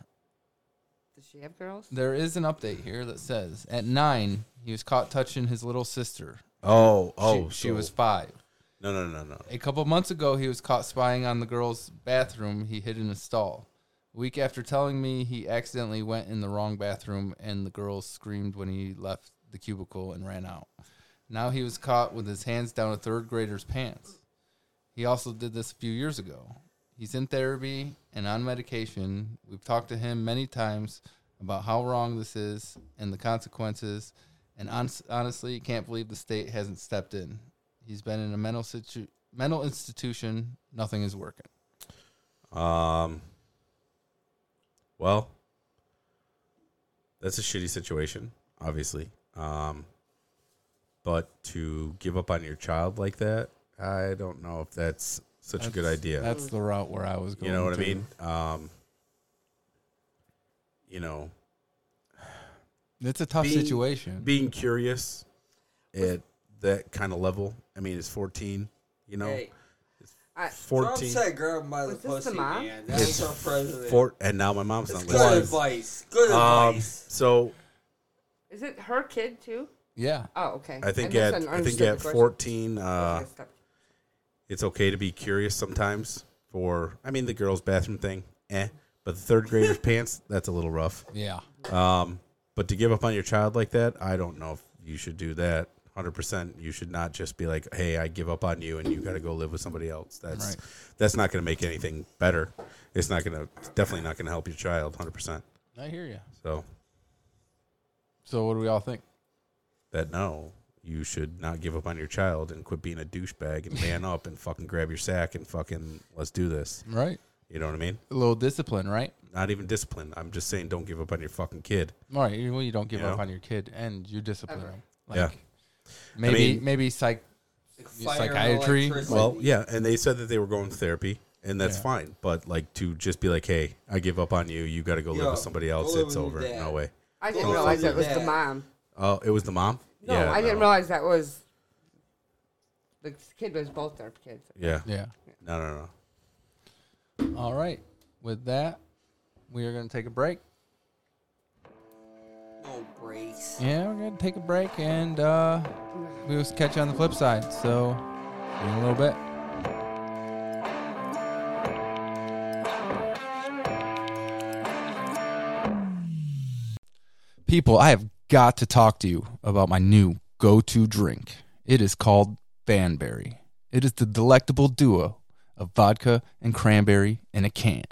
Does she have girls? There is an update here that says at nine, he was caught touching his little sister. Oh, She- oh, she so- was five. No, no, no, no. A couple months ago, he was caught spying on the girl's bathroom he hid in a stall. A week after telling me he accidentally went in the wrong bathroom and the girls screamed when he left the cubicle and ran out. Now he was caught with his hands down a third grader's pants. He also did this a few years ago. He's in therapy and on medication. We've talked to him many times about how wrong this is and the consequences. And hon- honestly, can't believe the state hasn't stepped in. He's been in a mental situ- mental institution. Nothing is working. Um. Well, that's a shitty situation, obviously. Um, but to give up on your child like that, I don't know if that's such a good That's- idea. That's the route where I was going. You know what to. I mean? Um, you know, It's a tough being- situation. Being curious at that kind of level. I mean, it's 14, you know? Hey, I, 14. Trump said grab him by the Was this the pussy, mom? man. That was our president. Four, and now my mom's That's not good listening. advice. Good Um, advice. so is it her kid too? Yeah. Oh, okay. I think just at un- I think understood at the question. 14, uh, Okay, stop. it's okay to be curious sometimes. For I mean, the girls' bathroom thing, eh? But the third <laughs> grader's pants, that's a little rough. Yeah. Um, but to give up on your child like that, I don't know if you should do that. Hundred percent, you should not just be like, "Hey, I give up on you, and you got to go live with somebody else." That's Right. that's not going to make anything better. It's not going to definitely not going to help your child. Hundred percent. I hear you. So So what do we all think? that no, you should not give up on your child and quit being a douchebag and man up and fucking grab your sack and fucking let's do this. Right. You know what I mean? A little discipline, right? Not even discipline. I'm just saying, don't give up on your fucking kid. All right. you- Well, you don't give You up know? on your kid, and you discipline him. Like, Yeah. Maybe mean- maybe psych. Fire psychiatry? electricity. Well, yeah, and they said that they were going to therapy, and that's Yeah. fine. But like to just be like, "Hey, I give up on you. You got to go live Yeah, with somebody go else. live It's with your over. dad. No way." I Go didn't realize with that was the that. mom. Oh, it was the mom. No, I didn't realize that was the kid was both their kids. Yeah. Yeah. No, no, no. All right. With that, we are going to take a break. No breaks. Yeah, we're going to take a break, and uh, we'll catch you on the flip side. So, see you in a little bit. People, I have got to talk to you about my new go to drink. It is called Banberry. It is the delectable duo of vodka and cranberry in a can.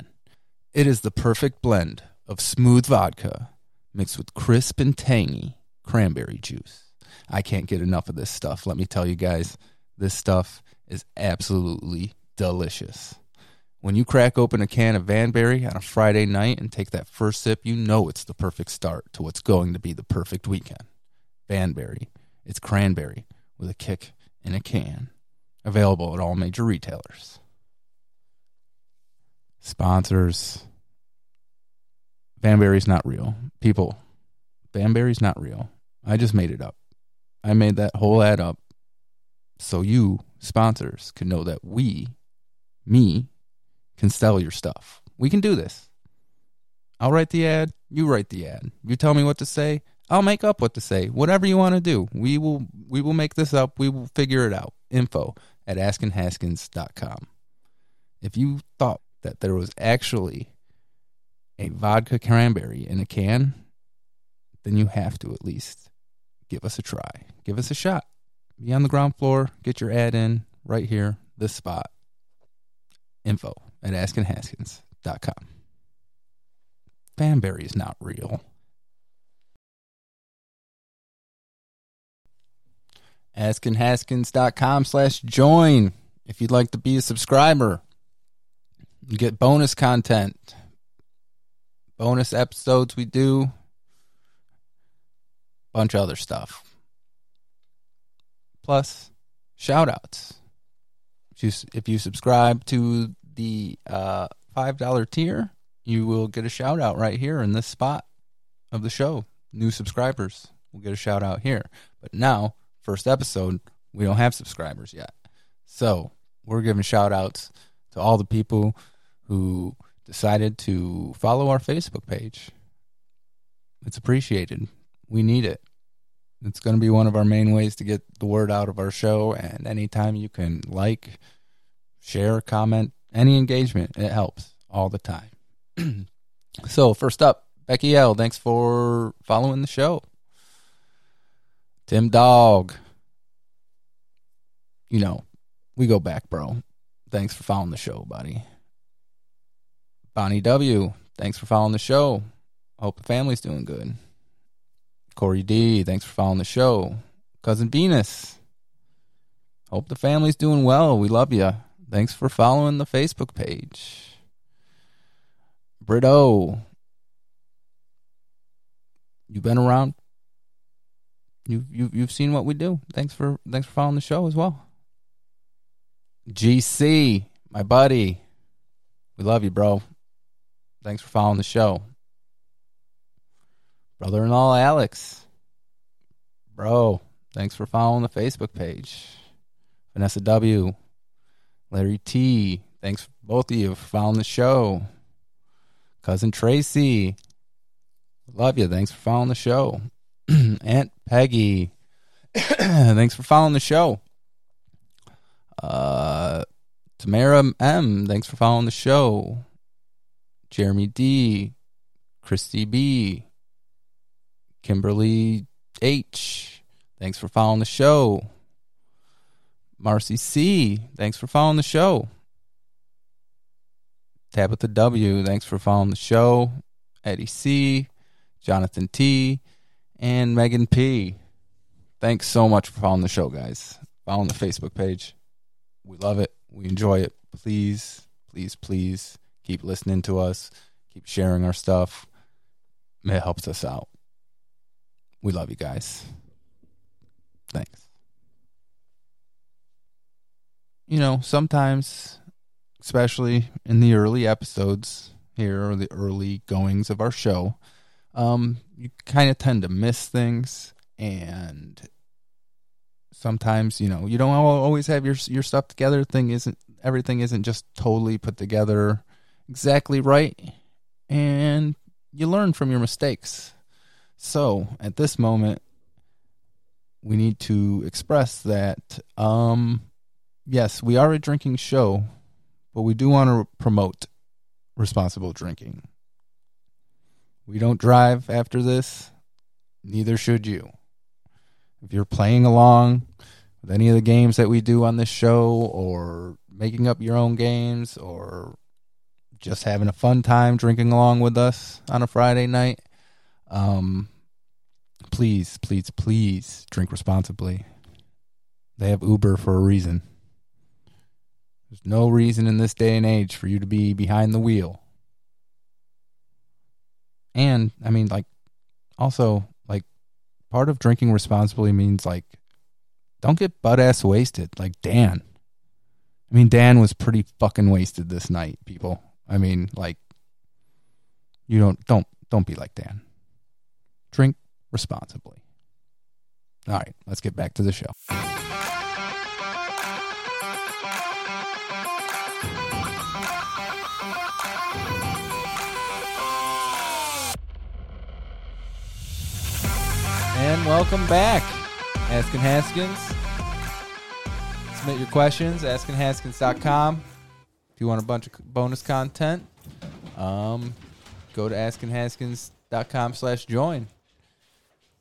It is the perfect blend of smooth vodka mixed with crisp and tangy cranberry juice. I can't get enough of this stuff. Let me tell you guys, this stuff is absolutely delicious. When you crack open a can of Vanberry on a Friday night and take that first sip, you know it's the perfect start to what's going to be the perfect weekend. Vanberry. It's cranberry with a kick in a can. Available at all major retailers. Sponsors. Vanberry's not real. People, Vanberry's not real. I just made it up. I made that whole ad up so you, sponsors, can know that we, me, can sell your stuff. We can do this. I'll write the ad. You write the ad. You tell me what to say. I'll make up what to say. Whatever you want to do, we will we will make this up. We will figure it out. Info at askinhaskins.com. If you thought that there was actually a vodka cranberry in a can, then you have to at least give us a try. Give us a shot. Be on the ground floor. Get your ad in right here, this spot info at askinhaskins.com. Fanberry is not real. Askinhaskins.com slash join if you'd like to be a subscriber. You get bonus content, bonus episodes we do, bunch of other stuff. Plus, shout outs if you, if you subscribe to the uh, five dollar tier, you will get a shout out right here in this spot of the show. New subscribers will get a shout out here. But now, first episode, we don't have subscribers yet, so we're giving shout outs to all the people who decided to follow our Facebook page. It's appreciated. We need it it's going to be one of our main ways to get the word out of our show and anytime you can like share comment any engagement it helps all the time <clears throat> so first up, Becky L. Thanks for following the show. Tim Dog. You know, we go back, bro. Thanks for following the show, buddy. Bonnie W. Thanks for following the show. Hope the family's doing good. Corey D. Thanks for following the show. Cousin Venus. Hope the family's doing well. We love you. Thanks for following the Facebook page. Brito. You've been around. You you you've seen what we do. Thanks for thanks for following the show as well. GC, my buddy. We love you, bro. Thanks for following the show. Brother in law Alex. Bro, thanks for following the Facebook page. Vanessa W. Larry T. Thanks for both of you for following the show. Cousin Tracy. Love you. Thanks for following the show. <clears throat> Aunt Peggy. <clears throat> thanks for following the show. Uh, Tamara M. Thanks for following the show. Jeremy D. Christy B. Kimberly H. Thanks for following the show. Marcy C. Thanks for following the show. Tabitha W. Thanks for following the show. Eddie C. Jonathan T. And Megan P. Thanks so much for following the show, guys. Following the Facebook page. We love it. We enjoy it. Please, please, please keep listening to us. Keep sharing our stuff. It helps us out. We love you guys. Thanks. You know, sometimes, especially in the early episodes here or the early goings of our show, um, you kind of tend to miss things. And sometimes, you know, you don't al- always have your your stuff together. Thing isn't everything isn't just totally put together exactly right, and you learn from your mistakes. So at this moment, we need to express that. Um, yes, we are a drinking show, but we do want to promote responsible drinking. We don't drive after this. Neither should you. If you're playing along with any of the games that we do on this show, or making up your own games, or just having a fun time drinking along with us on a Friday night, um, please, please, please drink responsibly. They have Uber for a reason. There's no reason in this day and age for you to be behind the wheel. And I mean, like, also, like, part of drinking responsibly means like, don't get butt ass wasted, like Dan. I mean, Dan was pretty fucking wasted this night, people. I mean, like, you don't don't don't be like Dan. Drink responsibly. All right, let's get back to the show. And welcome back, Askin Haskins. Submit your questions, askinhaskins.com. If you want a bunch of c- bonus content, um, go to askinhaskins.com slash join.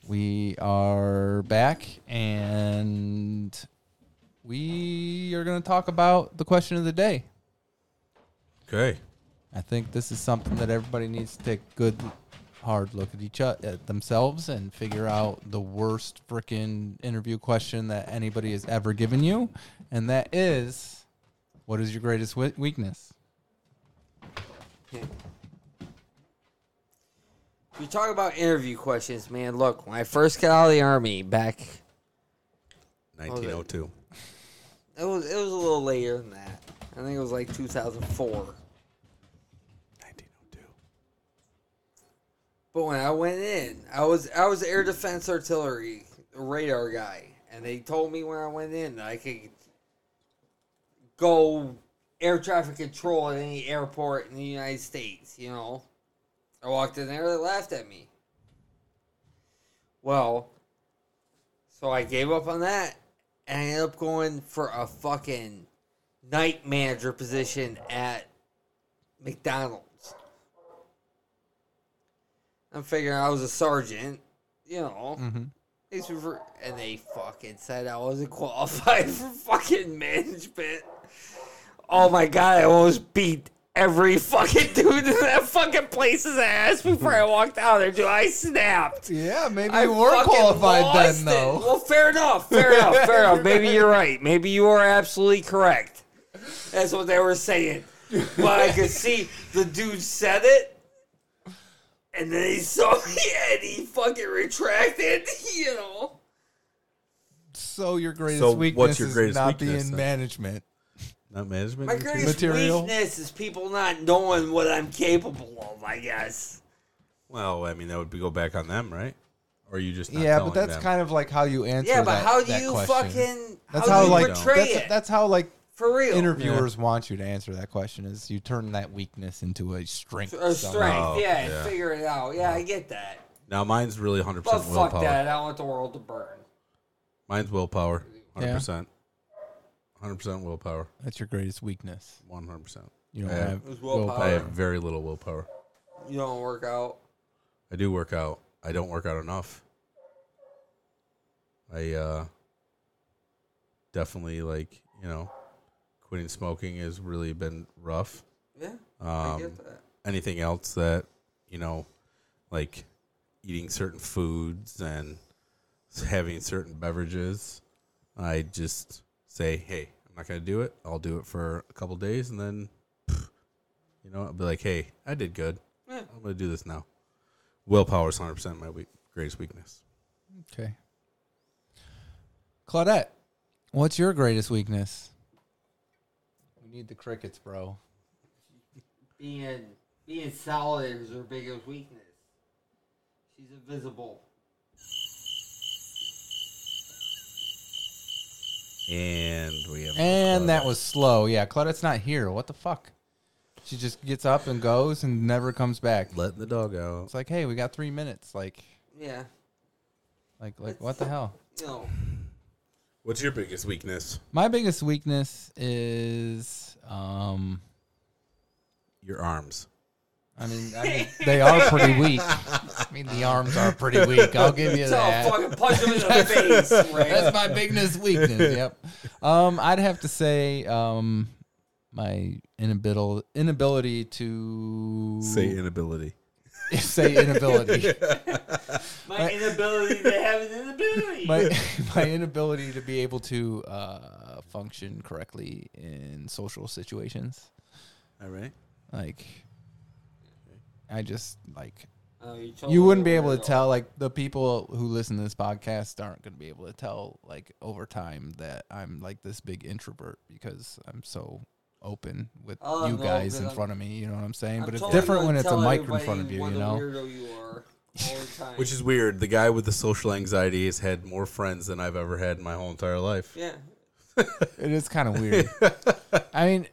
We are back and we are going to talk about the question of the day. Okay. I think this is something that everybody needs to take a good, hard look at each other, at themselves, and figure out the worst freaking interview question that anybody has ever given you, and that is, what is your greatest we- weakness? You talk about interview questions, man. Look, when I first got out of the army back, 1902. it was it was a little later than that. I think it was like 2004. 1902. But when I went in, I was I was air defense artillery radar guy, and they told me when I went in that I could go air traffic control at any airport in the United States. You know, I walked in there, they laughed at me. Well, so I gave up on that, and I ended up going for a fucking night manager position at McDonald's I'm figuring I was a sergeant, you know. These were for- and they fucking said I wasn't <laughs> qualified for fucking management. Oh my god, I almost beat every fucking <laughs> dude in that fucking place's ass before I walked out of there, dude. I snapped. Yeah, maybe I you were fucking qualified lost then, it. though. Well, fair enough. Fair enough. Fair enough. Maybe you're right. Maybe you are absolutely correct. That's what they were saying. But I could see the dude said it, and then he saw <laughs> me, and he fucking retracted. <laughs> You know. So your greatest So weakness what's your is greatest not weakness, then? being management. Not management. My issues? greatest Material. weakness is people not knowing what I'm capable of. I guess. Well, I mean, that would be go back on them, right? Or you just not Yeah, telling but that's them? kind of like how you answer. Yeah, but that- how do that you question. fucking? That's how, how, do you like portray that's, it? that's how like for real. interviewers want you to answer that question is you turn that weakness into a strength. or somehow. strength. Oh, yeah, yeah. figure it out. Yeah, I get that. now mine's really hundred But percent willpower. fuck that. I don't want the world to burn. Mine's willpower, hundred Yeah. percent, hundred percent willpower, That's your greatest weakness. one hundred percent. You don't I have- have It was willpower. willpower. I have very little willpower. You don't work out. I do work out. I don't work out enough. I uh definitely like, you know, quitting smoking has really been rough. Yeah, I Um get that. anything else that, you know, like eating certain foods and having certain beverages, I just say, "Hey, I'm not going to do it. I'll do it for a couple days and then you know, I'll be like, "Hey, I did good. Yeah. I'm going to do this now." Willpower is 100% my weak, greatest weakness. Okay. Claudette, what's your greatest weakness? We need the crickets, bro. Being being solid is her biggest weakness. She's invisible. And we have And that was slow. Yeah, Claudette's not here. What the fuck? She just gets up and goes and never comes back. letting the dog out. It's like, hey, we got three minutes. Like, Yeah, like, like, what the hell? you know. What's your biggest weakness? My biggest weakness is, um, Your arms. I mean, I mean they are pretty weak. I mean, the arms are pretty weak. I'll give you that. Oh, fucking punch him in the <laughs> face, That's Rick. my biggest weakness. Yep. Um, I'd have to say um, my inability inability to Say inability. <laughs> say inability. My inability to have an inability. my my inability to be able to uh, function correctly in social situations. All right. Like, I just like Oh, you're you wouldn't be totally able to weirdo. tell like the people who listen to this podcast aren't going to be able to tell like over time that i'm like this big introvert because i'm so open with Oh, you no, guys but in I'm- front of me you know what i'm saying I'm but it's totally different when gonna it's a tell mic in everybody front of you what you a know weirdo you are all <laughs> the time. Which is weird. The guy with the social anxiety has had more friends than I've ever had in my whole entire life. yeah. it is kind of <laughs> weird i mean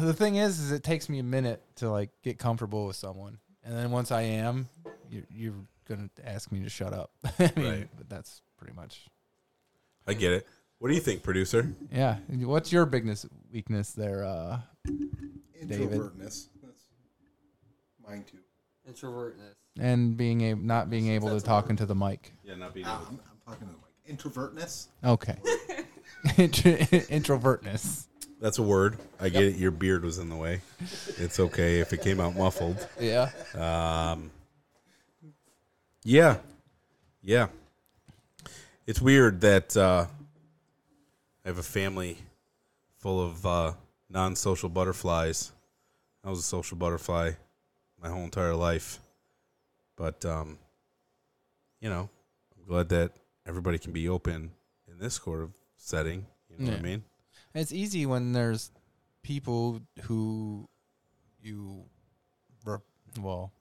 the thing is is it takes me a minute to like get comfortable with someone and then once i am you're, you're gonna ask me to shut up <laughs> i mean Right. but that's pretty much I get it. What do you think, producer? yeah And what's your biggest weakness there uh David. Introvertness. That's mine too. Introvertness. and being able not being able to talk into the mic. Yeah, not being Ah, I'm, I'm talking to the mic. Introvertness. Okay. <laughs> Intro- <laughs> Introvertness. That's a word. I get it. Your beard was in the way. It's okay if it came out muffled. Yeah. Yeah. Yeah. It's weird that uh, I have a family full of uh, non social butterflies. I was a social butterfly my whole entire life. But, um, you know, I'm glad that everybody can be open in this sort of setting. You know what Yeah. I mean? It's easy when there's people who you rep- well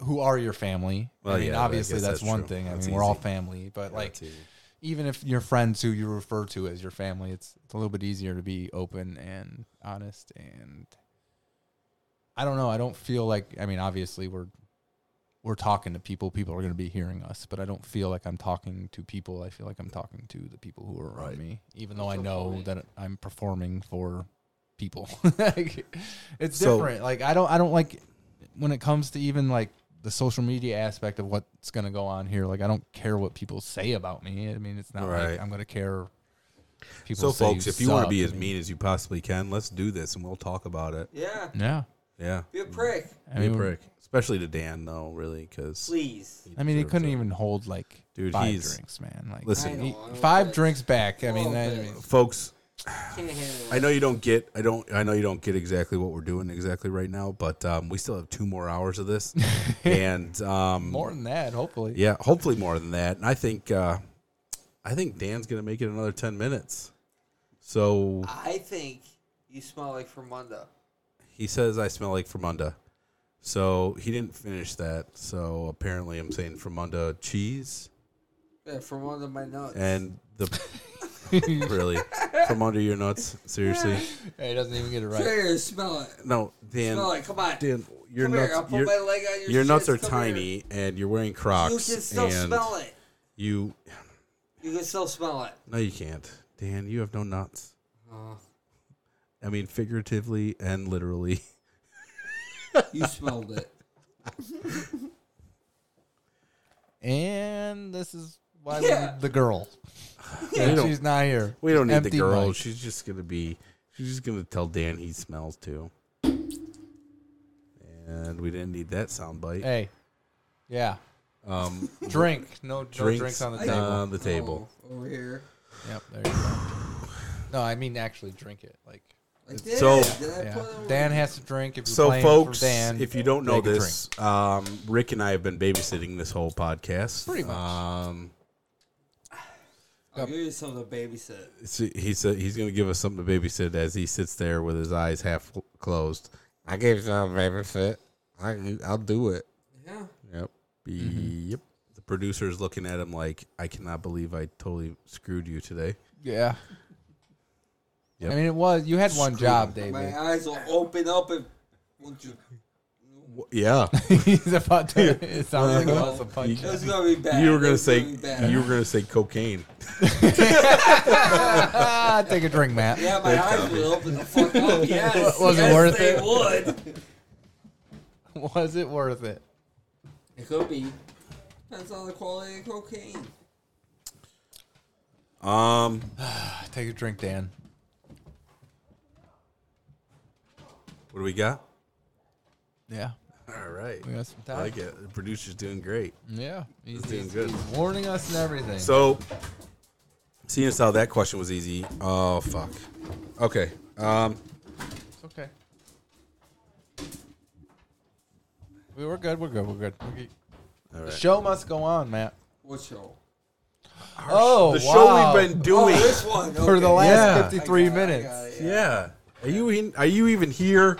who are your family. Well, I mean, yeah, I obviously guess that's, that's one true. thing. I That's mean, we're all easy. family, but like That's easy. even if your friends who you refer to as your family, it's, it's a little bit easier to be open and honest. And I don't know. I don't feel like. I mean, obviously we're we're talking to people. People are going to be hearing us, but I don't feel like I'm talking to people. I feel like I'm talking to the people who are around me, even though I know that I'm performing for people. <laughs> like, it's So- different. Like I don't. I don't like when it comes to even like the social media aspect of what's going to go on here. Like, I don't care what people say about me. I mean, it's not Right. like I'm going to care. if So, say folks, if you want to suck. be I as mean as you possibly can, let's do this and we'll talk about it. Yeah. yeah, Yeah. Be a prick. I Be a mean, prick. Especially to Dan, though, really, because. Please. I mean, he couldn't even hold like Dude, five he's- drinks, man. Like, Listen. I know, he- I know five that's- drinks back. I mean, Well, that, I but- mean, Folks, Can't handle I know you don't get I don't I know you don't get exactly what we're doing exactly right now, but um, we still have two more hours of this, and um, more than that, hopefully. Yeah, hopefully more than that. And I think uh, I think Dan's gonna make it another ten minutes. So I think you smell like Fermunda. he says I smell like Fermunda. So he didn't finish that. So apparently I'm saying Fermunda cheese Yeah, Fermunda my nuts. and the really from under your nuts. Seriously, Hey, he doesn't even get it Come <laughs> right. here, smell it. no, Dan. Smell it. Come on. Dan, your Come here, nuts. I'll put your- my leg on your your nuts shits. are Come tiny, here. and you're wearing Crocs. You can still and smell it. You You can still smell it. no, you can't, Dan. You have no nuts. Uh. I mean, figuratively and literally. <laughs> You smelled it. And this is why we Yeah. need the girl. <laughs> We don't- She's not here. We don't need Empty the girl. mic. She's just gonna be. She's just gonna tell Dan he smells too. And we didn't need that sound bite. Hey, yeah. Um, Drink. No, no drinks, Uh, drinks on the table. On the table. Oh, over here. Yep, there you go. No, I mean actually drink it. Like, I did. So- did I yeah. put it over Dan has to drink. If you're So, playing folks, for Dan, if you don't know take a this, um, Rick and I have been babysitting this whole podcast. Pretty much. Um, I'll give you something to babysit. so he's uh he's gonna give us something to babysit as he sits there with his eyes half cl- closed. I gave you some babysit. I I'll do it. Yeah. Yep. Yep. Mm-hmm. The producer is looking at him like, I cannot believe I totally screwed you today. yeah. Yep. I mean, it was you had one job, David. My eyes will open up and won't you? Yeah. <laughs> He's about to. It sounds like he wants to punch. It was gonna be bad. <laughs> you were It gonna was say be bad. you were gonna say cocaine. Ah, take a drink, Matt. yeah, my eyes would open the fuck <laughs> up. Yes, Was it yes, worth they it? would. <laughs> Was it worth it? It could be. Depends on the quality of cocaine. Um Take a drink, Dan. what do we got? Yeah, All right. we got some I Mm. time. like it. The producer's doing great. Yeah, he's, doing he's- good. he's warning us and everything. So seeing as how that question was easy. Oh fuck. Okay. Um It's okay. We were good. We're good. We're good. We're good. all The right. show must go on, Matt. What show? oh, The wow. Oh, show we've been doing. Oh, This one. for the okay. last Yeah. 53 I got it, I minutes. got it, yeah. yeah. Are you in, are you even here?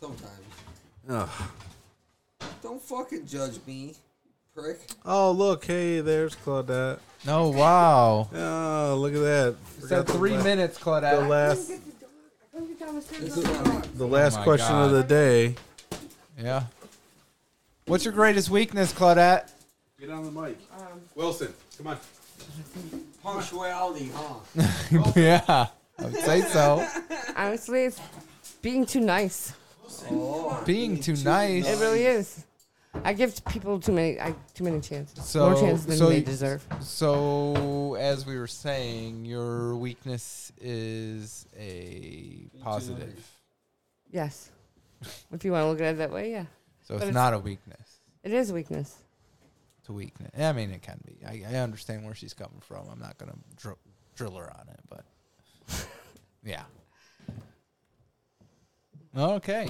Sometimes. Ugh. Don't fucking judge me, prick. Oh look, hey, there's Claudette. No, wow. Oh, look at that. It Forgot said the three la- minutes, The Claudette. last This is not the last my question of the God. day. yeah. What's your greatest weakness, <laughs> Claudette? Get on the mic. Wilson, come on. punctuality, huh? yeah, I would say so. Honestly, it's being too nice. Being too nice. Um, It really is. I give people too many, I, too many chances. So- More chances than so they you- deserve. So, as we were saying, your weakness is a positive. Yes. If you want to look at it that way, yeah, But So it's it's- not a weakness. it is weakness. It's a weakness. I mean, it can be. I, I understand where she's coming from. I'm not gonna dr- drill her on it, but yeah. Okay.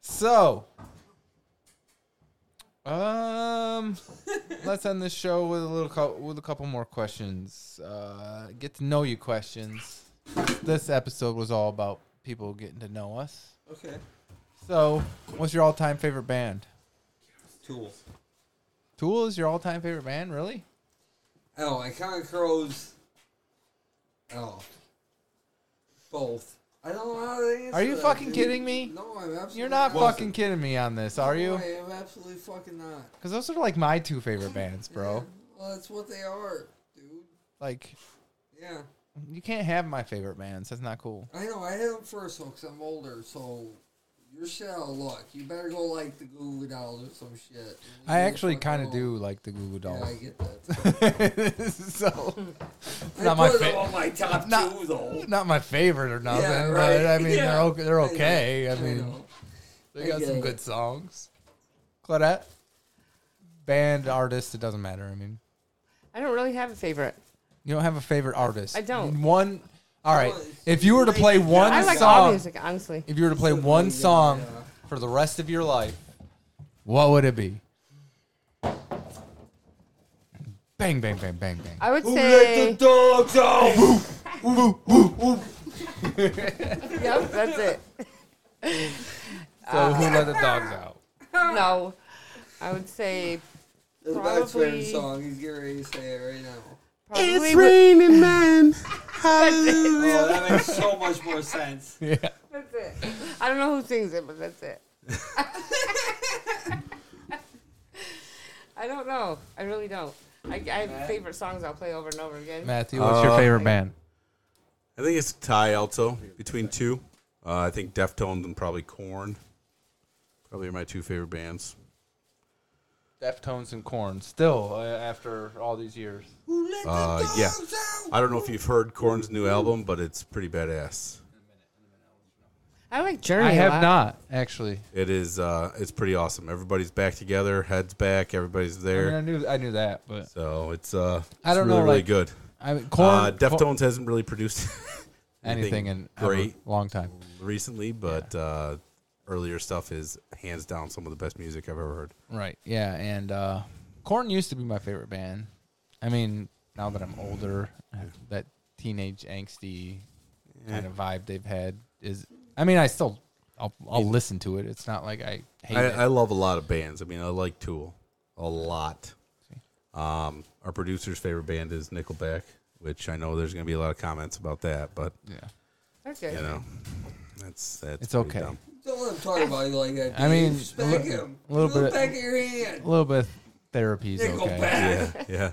So, um, let's end this show with a little cou- with a couple more questions. Uh, get to know you questions. This episode was all about people getting to know us. Okay. So, what's your all-time favorite band? Tool. Tool is your all-time favorite band, really? Oh, I kind of crows. Oh. Both. I don't know how to answer Are you that, fucking dude. kidding me? No, I'm absolutely You're not fucking kidding me on this, are you? No, I am absolutely fucking not. Because those are like my two favorite bands, bro. Well, that's what they are, dude. Like, Yeah. you can't have my favorite bands. That's not cool. I know, I had them first, though, because I'm older, so You're shit out of luck. You better go like the Goo Goo Dolls or some shit. I actually kind of do like the Goo Goo Dolls. Yeah, I <laughs> get that. so, I not my, put them fa- on my top not, <laughs> two, though. not my favorite or nothing, Yeah, but I right. mean they're Yeah. okay, they're I know, okay. I, I mean, know. they I got get some it. good songs. Claudette, band artist, it doesn't matter. I mean, I don't really have a favorite. you don't have a favorite artist. I don't. One. All right. If you were to play one I like song, all music, honestly. if you were to play one song for the rest of your life, what would it be? Bang, bang, bang, bang, bang. I would Who say. let the dogs out? Woo, woo, woo, woo. yep, that's it. So who let the dogs out? No, I would say That's my favorite Probably- song. He's getting ready to say it right now. probably. It's Wi- raining men. Hallelujah. Oh, that makes so much more sense. Yeah. That's it. I don't know who sings it, but that's it. <laughs> I don't know. I really don't. I, I have favorite songs I'll play over and over again. Matthew, what's your favorite band? I think it's Ty Alto between two. Uh, I think Deftones and probably Corn. Probably are my two favorite bands. Deftones and Corn. Still, uh, after all these years. Uh, yeah, I don't know if you've heard Corn's new album, but it's pretty badass. I like Journey. I a have lot. not actually. It is. Uh, it's pretty awesome. Everybody's back together. Heads back. Everybody's I, there. mean, I knew I knew that, but So it's uh, it's I don't really, know, really like, good. I mean, Korn- uh, Deftones hasn't really produced <laughs> Anything in ever- great long time recently, but uh, earlier stuff is hands down some of the best music I've ever heard. right, yeah, and uh, Corn used to be my favorite band. I mean, now that I'm older, that teenage angsty kind of vibe they've had is. I mean, I still I'll, I'll listen to it. It's not like I hate I, it. I love a lot of bands. I mean, I like Tool a lot. Um, our producer's favorite band is Nickelback, which I know there's going to be a lot of comments about that, but yeah, Okay. you know, that's that's It's pretty okay. dumb. Don't let him talk about you like that. Dude. I mean, a smack little, him. little Put him bit, back of your hand. a little bit of therapy is okay. Nickelback. Yeah,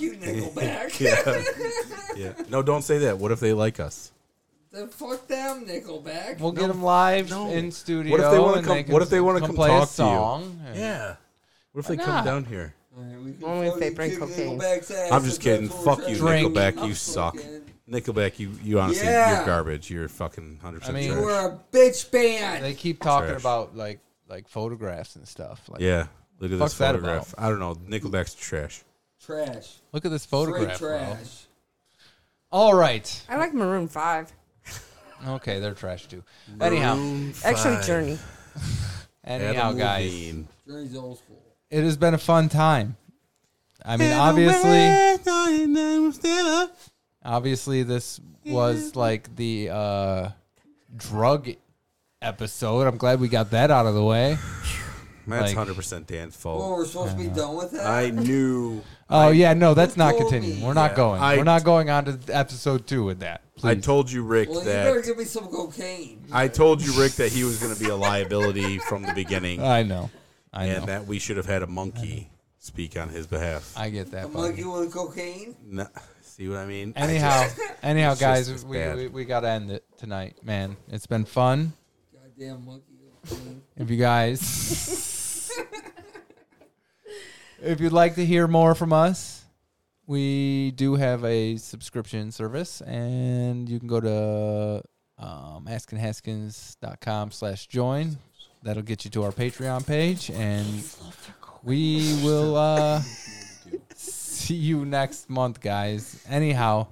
<laughs> you, Nickelback. yeah, yeah. No, don't say that. What if they like us? <laughs> Then fuck them, Nickelback. We'll get them live in studio. What if they want and to come? can What if they want to come come play a talk to song? you? and- Yeah. What if they Why come not? down here? Only if they bring cocaine. I'm just kidding. Fuck you, Drink. Nickelback. You suck. Nickelback, you you honestly Yeah. you're garbage. You're fucking hundred I mean- percent You trash. are a bitch band. They keep talking Trash. about like like photographs and stuff. Like, Yeah, look at this Fuck's that photograph. I don't know. Nickelback's trash. trash. Look at this Straight photograph. bro. trash. All right. I like Maroon Five. Okay, they're trash too. Anyhow, Actually, Journey. anyhow, guys, Journey's old school. it has been a fun time. I mean, obviously, obviously, this was like the uh, drug episode. I'm glad we got that out of the way. That's Like- hundred percent Dan's Oh, fault. we're supposed to be done with <laughs> that. I knew. Oh yeah, no, that's not told continuing. me? We're not Yeah, going. I- We're not going on to episode two with that. Please. I told you, Rick, well, you better that give me some cocaine. I told you, Rick, that he was going to be a liability from the beginning, <laughs> I know. I know. and that we should have had a monkey speak on his behalf. I get that. I'm buddy. like <laughs> you with cocaine. No, see what I mean? Anyhow, anyhow, It's just- guys, it's we, bad. we we gotta end it tonight, man. It's been fun. Goddamn monkey. with cocaine. If you guys, if you'd like to hear more from us, we do have a subscription service, and you can go to um, askinhaskins.com slash join. That'll get you to our Patreon page, and we will uh, see you next month, guys. Anyhow,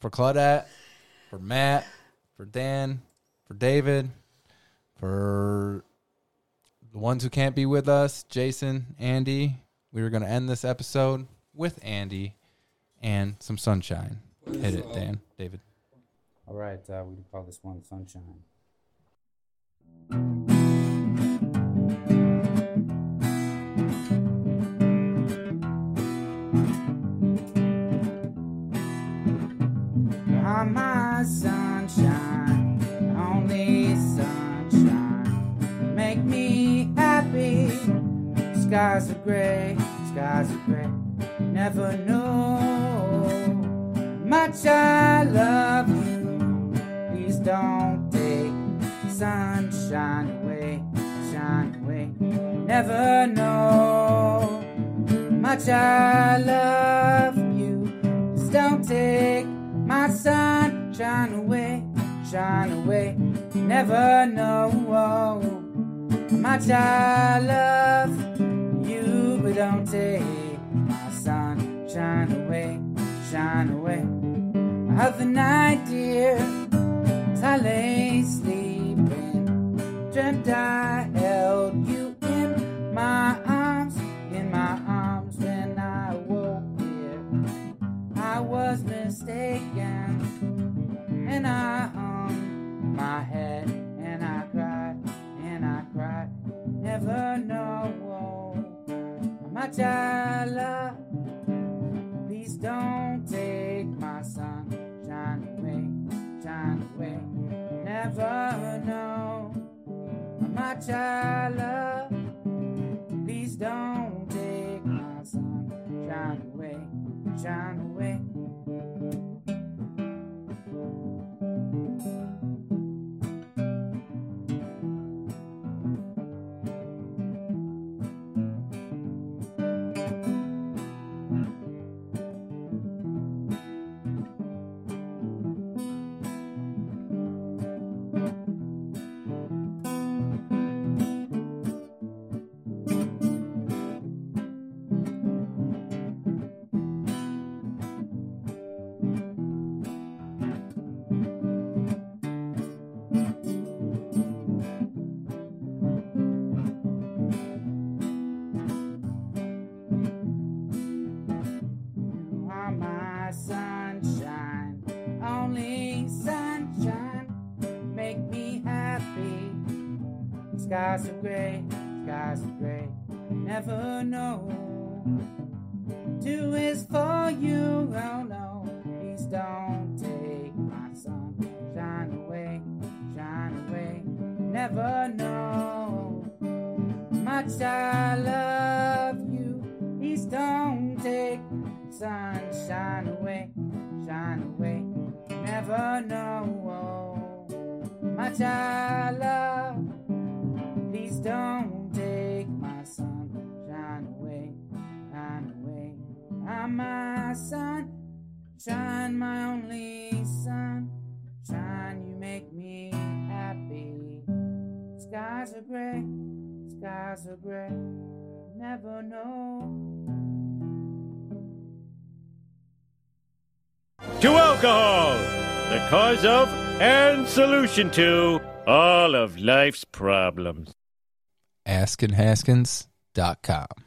for Claudette, for Matt, for Dan, for David, for the ones who can't be with us, Jason, Andy, we were going to end this episode with Andy and some sunshine. Hit it, Dan, David. All right, uh, we can call this one Sunshine. You're my sunshine, only sunshine. Make me happy. Skies are gray, skies are gray. Never know much I love you. Please don't take sun shine away, shine away. Never know much I love you. Just don't take my sun shine away, shine away. Never know much I love you, but don't take my sun shine away, shine away. Other night, dear, till I lay sleeping, dreamt I held you in my arms, in my arms. When I woke, dear, I was mistaken, and I hung my head and I cried and I cried. Never know how much I love. Please don't take my sunshine away, shine away. Never know how much I love. Please don't take my sunshine away, shine away. You are my sunshine, only sunshine. Make me happy. Skies are gray, skies are gray. Never know. Do is for you, oh no. Please don't take my sunshine away, shine away. Never know. Much I love you. Please don't take sunshine away, shine away. Never know much I love. Please don't take my sunshine away, shine away. I'm my sun, shine my only sun, shine. You make me happy. Skies are gray, skies are gray. Never know. to alcohol, the cause of and solution to all of life's problems. AskinHaskins.com.